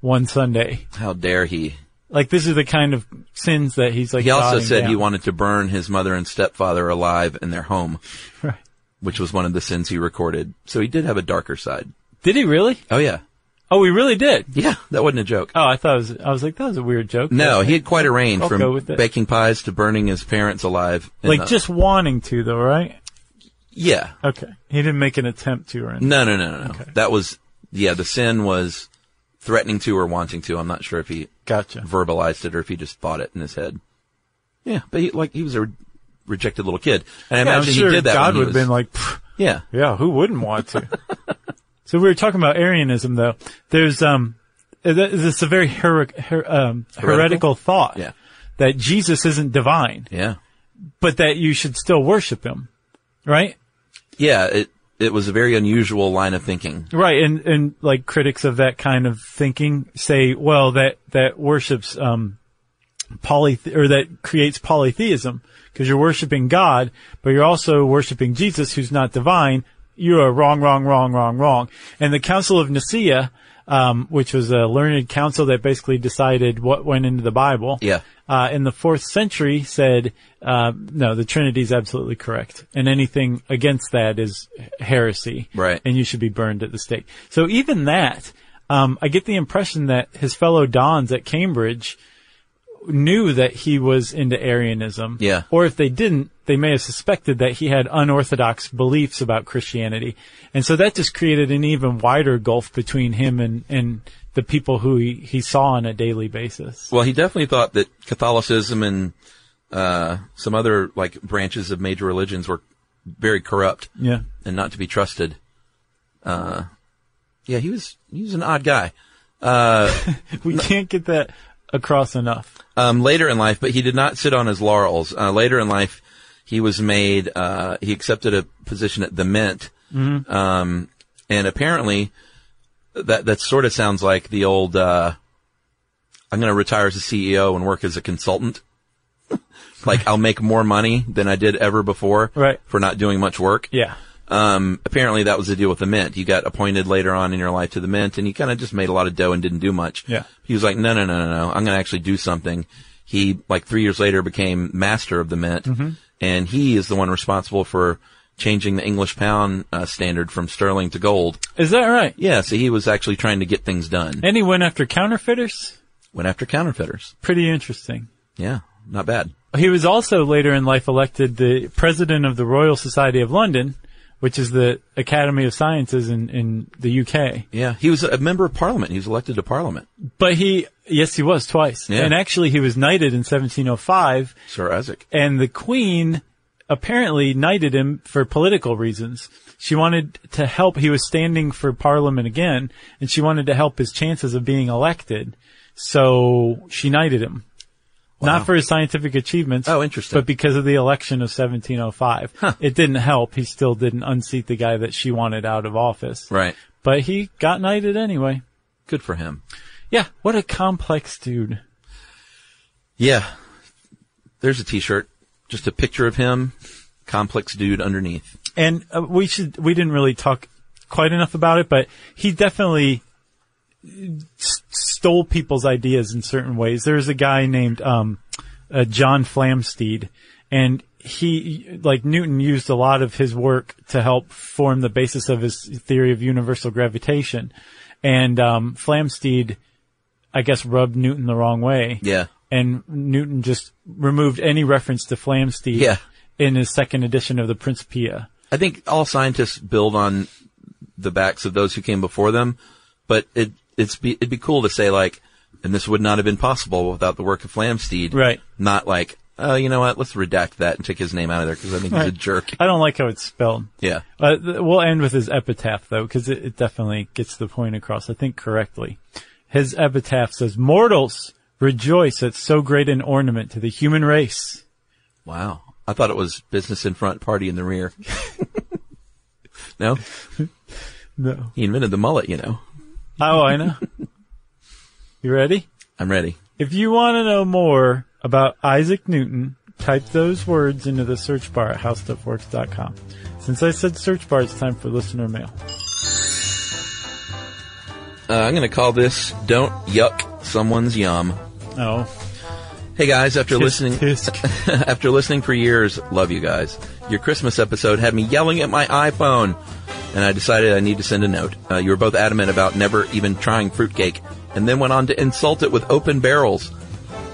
Speaker 3: one Sunday.
Speaker 2: How dare he?
Speaker 3: Like these are the kind of sins that he's like.
Speaker 2: He also
Speaker 3: jotting
Speaker 2: said
Speaker 3: down.
Speaker 2: he wanted to burn his mother and stepfather alive in their home,
Speaker 3: [laughs] Right.
Speaker 2: which was one of the sins he recorded. So he did have a darker side.
Speaker 3: Did he really?
Speaker 2: Oh yeah.
Speaker 3: Oh, he really did.
Speaker 2: Yeah, that wasn't a joke.
Speaker 3: Oh, I thought it was, I was like, that was a weird joke.
Speaker 2: No, he had quite a range
Speaker 3: I'll go
Speaker 2: from
Speaker 3: with it.
Speaker 2: baking pies to burning his parents alive. in
Speaker 3: Like
Speaker 2: the-
Speaker 3: just wanting to though, right?
Speaker 2: yeah.
Speaker 3: Okay. He didn't make an attempt to or anything.
Speaker 2: No, no, no, no, no. That was, yeah, the sin was threatening to or wanting to. I'm not sure if he
Speaker 3: Gotcha.
Speaker 2: verbalized it or if he just thought it in his head. Yeah, but he, like, he was a re- rejected little kid. And I
Speaker 3: Yeah, I'm
Speaker 2: imagine
Speaker 3: sure
Speaker 2: he did that.
Speaker 3: God
Speaker 2: when he
Speaker 3: would have
Speaker 2: was-
Speaker 3: been like, "Pfft,
Speaker 2: yeah,
Speaker 3: yeah, who wouldn't want to? [laughs] so we were talking about Arianism though. There's, um, th- it's a very her- her- um, heretical?
Speaker 2: Heretical?
Speaker 3: thought
Speaker 2: Yeah.
Speaker 3: that Jesus isn't divine,
Speaker 2: yeah,
Speaker 3: but that you should still worship him. Right?
Speaker 2: yeah, it, it was a very unusual line of thinking.
Speaker 3: Right, and and like critics of that kind of thinking say, well, that that worships um, polyth or that creates polytheism because you're worshiping God, but you're also worshiping Jesus, who's not divine. You are wrong, wrong, wrong, wrong, wrong. And the Council of Nicaea, um, which was a learned council that basically decided what went into the Bible,
Speaker 2: Yeah.
Speaker 3: uh, in the fourth century said, uh, no, the Trinity is absolutely correct, and anything against that is heresy,
Speaker 2: Right.
Speaker 3: And you should be burned at the stake. So even that, um, I get the impression that his fellow dons at Cambridge knew that he was into Arianism,
Speaker 2: Yeah.
Speaker 3: Or if they didn't, they may have suspected that he had unorthodox beliefs about Christianity, and so that just created an even wider gulf between him and and the people who he, he saw on a daily basis.
Speaker 2: Well, he definitely thought that Catholicism and, uh, some other, like, branches of major religions were very corrupt
Speaker 3: Yeah.
Speaker 2: and not to be trusted. Uh, yeah, he was, he was an odd guy. Uh,
Speaker 3: We can't get that across enough.
Speaker 2: um, later in life, but he did not sit on his laurels. Uh, later in life, He was made. Uh, he accepted a position at the Mint, um, and apparently, that that sort of sounds like the old. Uh, I'm going to retire as a CEO and work as a consultant. [laughs] like I'll make more money than I did ever before
Speaker 3: Right.
Speaker 2: for not doing much work.
Speaker 3: Yeah.
Speaker 2: Um, apparently that was the deal with the mint. You got appointed later on in your life to the mint and you kind of just made a lot of dough and didn't do much.
Speaker 3: Yeah.
Speaker 2: He was like, no, no, no, no, no. I'm going to actually do something. He, like three years later, became master of the mint and he is the one responsible for changing the English pound uh, standard from sterling to gold.
Speaker 3: Is that right?
Speaker 2: Yeah. So he was actually trying to get things done.
Speaker 3: And he went after counterfeiters?
Speaker 2: Went after counterfeiters.
Speaker 3: Pretty interesting.
Speaker 2: Yeah. Not bad.
Speaker 3: He was also later in life elected the president of the Royal Society of London, which is the Academy of Sciences in, in the UK.
Speaker 2: Yeah. He was a member of parliament. He was elected to parliament.
Speaker 3: But he, yes, he was twice.
Speaker 2: Yeah.
Speaker 3: And actually, he was knighted in 1705,
Speaker 2: Sir Isaac.
Speaker 3: and the Queen apparently knighted him for political reasons. She wanted to help, he was standing for Parliament again, and she wanted to help his chances of being elected. So she knighted him. Not for his scientific achievements.
Speaker 2: Oh, interesting.
Speaker 3: But because of the election of 1705. It didn't help. He still didn't unseat the guy that she wanted out of office.
Speaker 2: Right.
Speaker 3: But he got knighted anyway.
Speaker 2: Good for him.
Speaker 3: Yeah, what a complex dude.
Speaker 2: Yeah. There's a t-shirt. Just a picture of him, complex dude underneath.
Speaker 3: And uh, we should we didn't really talk quite enough about it, but he definitely s- stole people's ideas in certain ways. There was a guy named um, uh, John Flamsteed, and he like Newton used a lot of his work to help form the basis of his theory of universal gravitation. And um, Flamsteed, I guess, rubbed Newton the wrong way.
Speaker 2: Yeah.
Speaker 3: and Newton just removed any reference to Flamsteed
Speaker 2: Yeah.
Speaker 3: in his second edition of the Principia.
Speaker 2: I think all scientists build on the backs of those who came before them, but it, it's be, it'd be cool to say like, and this would not have been possible without the work of Flamsteed.
Speaker 3: Right.
Speaker 2: Not like, oh, you know what? Let's redact that and take his name out of there because I think he's a jerk.
Speaker 3: I don't like how it's spelled.
Speaker 2: Yeah.
Speaker 3: Uh, th- we'll end with his epitaph though, because it, it definitely gets the point across, I think correctly. His epitaph says, Mortals, rejoice at so great an ornament to the human race.
Speaker 2: Wow. I thought it was business in front, party in the rear. [laughs] no,
Speaker 3: No.
Speaker 2: he invented the mullet, you know.
Speaker 3: Oh, I [laughs] know. you ready?
Speaker 2: I'm ready.
Speaker 3: If you want to know more about Isaac Newton, type those words into the search bar at howstuffworks.com. Since I said search bar, it's time for listener mail.
Speaker 2: Uh, I'm going to call this "Don't Yuck Someone's Yum."
Speaker 3: Oh.
Speaker 2: Hey guys,
Speaker 3: [laughs]
Speaker 2: after listening [laughs]
Speaker 3: Tisk.
Speaker 2: after listening for years, love you guys. Your Christmas episode had me yelling at my iPhone, and I decided I need to send a note. Uh, you were both adamant about never even trying fruitcake, and then went on to insult it with open barrels.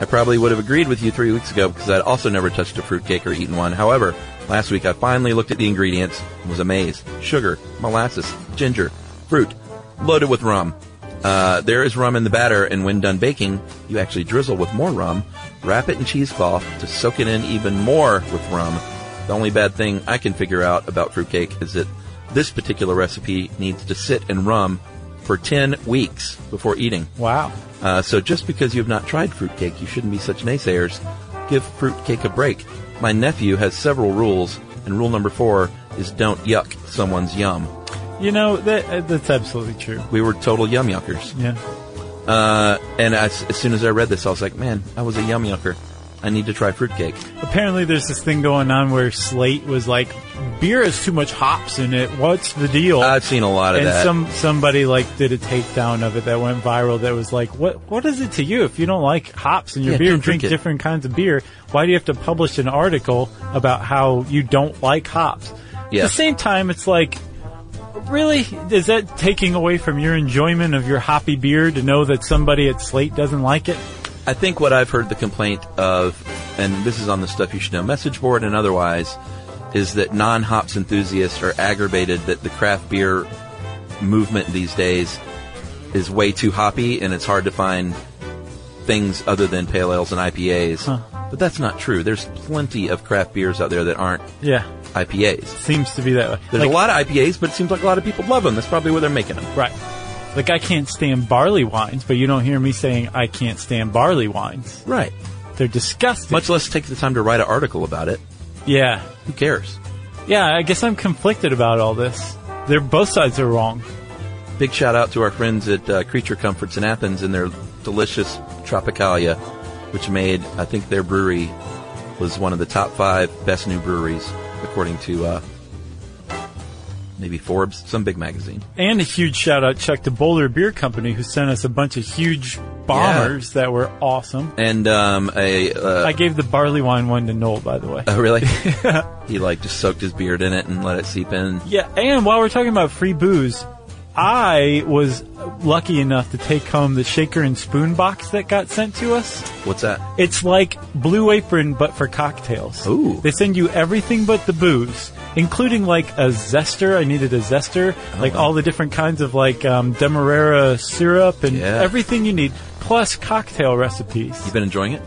Speaker 2: I probably would have agreed with you three weeks ago because I'd also never touched a fruitcake or eaten one. However, last week I finally looked at the ingredients and was amazed. Sugar, molasses, ginger, fruit, loaded with rum. Uh, there is rum in the batter, and when done baking, you actually drizzle with more rum, wrap it in cheesecloth to soak it in even more with rum. The only bad thing I can figure out about fruitcake is that this particular recipe needs to sit in rum for 10 weeks before eating.
Speaker 3: Wow.
Speaker 2: Uh, so just because you have not tried fruitcake, you shouldn't be such naysayers. Give fruitcake a break. My nephew has several rules, and rule number four is don't yuck someone's yum.
Speaker 3: You know, that uh, that's absolutely true.
Speaker 2: We were total yum yuckers.
Speaker 3: Yeah.
Speaker 2: Uh, and as, as soon as I read this, I was like, man, I was a yum yucker. I need to try fruitcake.
Speaker 3: Apparently, there's this thing going on where Slate was like, beer has too much hops in it. What's the deal?
Speaker 2: I've seen a lot of
Speaker 3: and
Speaker 2: that.
Speaker 3: some somebody like did a takedown of it that went viral. That was like, what what is it to you if you don't like hops in your
Speaker 2: Yeah,
Speaker 3: beer?
Speaker 2: don't
Speaker 3: Drink,
Speaker 2: drink it.
Speaker 3: different kinds of beer. Why do you have to publish an article about how you don't like hops?
Speaker 2: Yeah.
Speaker 3: At the same time, it's like, really, is that taking away from your enjoyment of your hoppy beer to know that somebody at Slate doesn't like it?
Speaker 2: I think what I've heard the complaint of, and this is on the Stuff You Should Know message board and otherwise, is that non hops enthusiasts are aggravated that the craft beer movement these days is way too hoppy and it's hard to find things other than pale ales and IPAs. But that's not true. There's plenty of craft beers out there that aren't
Speaker 3: Yeah,
Speaker 2: IPAs.
Speaker 3: seems to be that way.
Speaker 2: There's
Speaker 3: Like-
Speaker 2: a lot of IPAs, but it seems like a lot of people love them. That's probably where they're making them.
Speaker 3: Right. Like I can't stand barley wines, but you don't hear me saying I can't stand barley wines.
Speaker 2: Right.
Speaker 3: They're disgusting.
Speaker 2: Much less take the time to write an article about it.
Speaker 3: Yeah.
Speaker 2: Who cares?
Speaker 3: Yeah, I guess I'm conflicted about all this. They're both sides are wrong.
Speaker 2: Big shout out to our friends at uh, Creature Comforts in Athens and their delicious Tropicalia, which made, I think, their brewery was one of the top five best new breweries, according to uh, maybe Forbes, some big magazine.
Speaker 3: And a huge shout out, Chuck, to Boulder Beer Company, who sent us a bunch of huge bombers that were awesome.
Speaker 2: And um, a. Uh,
Speaker 3: I gave the barley wine one to Noel, by the way.
Speaker 2: oh, [laughs] really? he like just soaked his beard in it and let it seep in.
Speaker 3: Yeah, and while we're talking about free booze, I was lucky enough to take home the shaker and spoon box that got sent to us.
Speaker 2: What's that?
Speaker 3: It's like Blue Apron, but for cocktails.
Speaker 2: Ooh.
Speaker 3: They send you everything but the booze, including like a zester. I needed a zester,
Speaker 2: Oh.
Speaker 3: like all the different kinds of like um, demerara syrup and
Speaker 2: Yeah.
Speaker 3: everything you need, plus cocktail recipes.
Speaker 2: You've been enjoying it?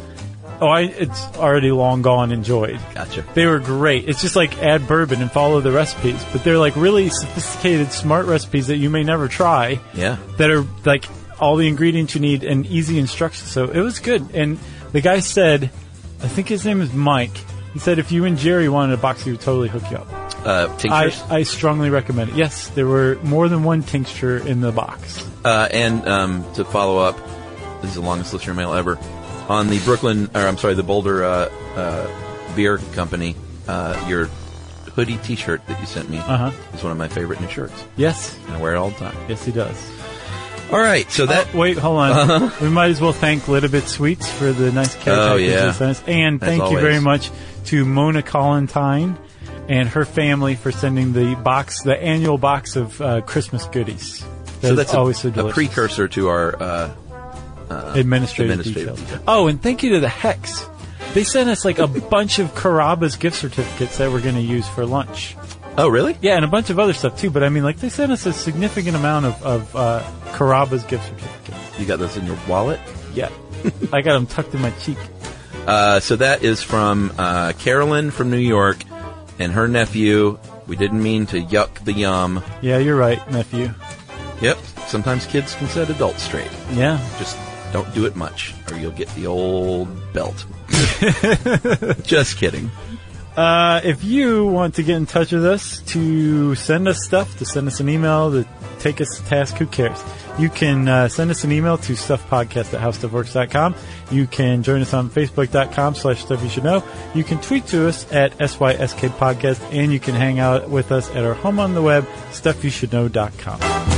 Speaker 3: Oh, I, it's already long gone enjoyed.
Speaker 2: Gotcha.
Speaker 3: They were great. It's just like add bourbon and follow the recipes, but they're like really sophisticated, smart recipes that you may never try.
Speaker 2: Yeah.
Speaker 3: That are like all the ingredients you need and easy instructions. So it was good. And the guy said, I think his name is Mike. He said if you and Jerry wanted a box, he would totally hook you up.
Speaker 2: Uh,
Speaker 3: I,
Speaker 2: tinctures
Speaker 3: I strongly recommend it. Yes, there were more than one tincture in the box.
Speaker 2: uh, and um, to follow up, this is the longest listener mail ever. On the Brooklyn, or I'm sorry, the Boulder uh, uh, Beer Company, uh, your hoodie T-shirt that you sent me
Speaker 3: Uh-huh.
Speaker 2: is one of my favorite new shirts,
Speaker 3: Yes,
Speaker 2: and I wear it all the time.
Speaker 3: yes, he does.
Speaker 2: All right, so that
Speaker 3: Oh, wait, hold on. We might as well thank Little Bit Sweets for the nice care
Speaker 2: Uh-huh. Oh,
Speaker 3: package
Speaker 2: yeah.
Speaker 3: they sent us. And
Speaker 2: As
Speaker 3: thank
Speaker 2: always.
Speaker 3: you very much to Mona Collentine and her family for sending the box, the annual box of uh, Christmas goodies. That
Speaker 2: so
Speaker 3: is
Speaker 2: that's a,
Speaker 3: always so
Speaker 2: a
Speaker 3: delicious.
Speaker 2: precursor to our uh,
Speaker 3: Administrative,
Speaker 2: administrative
Speaker 3: details.
Speaker 2: detail.
Speaker 3: Oh, and thank you to the Hex. They sent us like a [laughs] bunch of Carrabba's gift certificates that we're going to use for lunch.
Speaker 2: oh really?
Speaker 3: Yeah, and a bunch of other stuff too. But I mean, like they sent us a significant amount of, of uh, Carrabba's gift certificates.
Speaker 2: You got those in your wallet? [laughs]
Speaker 3: Yeah. I got them tucked in my cheek.
Speaker 2: Uh, so that is from uh, Carolyn from New York and her nephew. We didn't mean to yuck the yum.
Speaker 3: Yeah, you're right, nephew.
Speaker 2: Yep, sometimes kids can set adults straight.
Speaker 3: Yeah.
Speaker 2: Just don't do it much, or you'll get the old belt. Just kidding.
Speaker 3: Uh, if you want to get in touch with us to send us stuff, to send us an email, to take us to task, who cares? You can uh, send us an email to stuffpodcast at howstuffworks.com. You can join us on facebook.com slash stuff you should know. You can tweet to us at SYSK podcast and you can hang out with us at our home on the web, stuffyoushouldknow.com.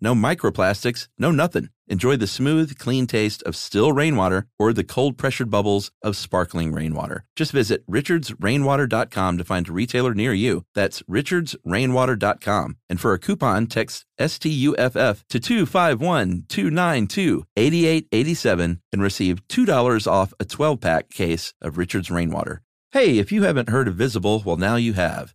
Speaker 2: no microplastics, no nothing. Enjoy the smooth, clean taste of still rainwater or the cold pressured bubbles of sparkling rainwater. Just visit richardsrainwater.com to find a retailer near you. That's richardsrainwater.com. And for a coupon, text STUFF to 251-292-8887 and receive $2 off a 12-pack case of Richards Rainwater. Hey, if you haven't heard of Visible, well, now you have.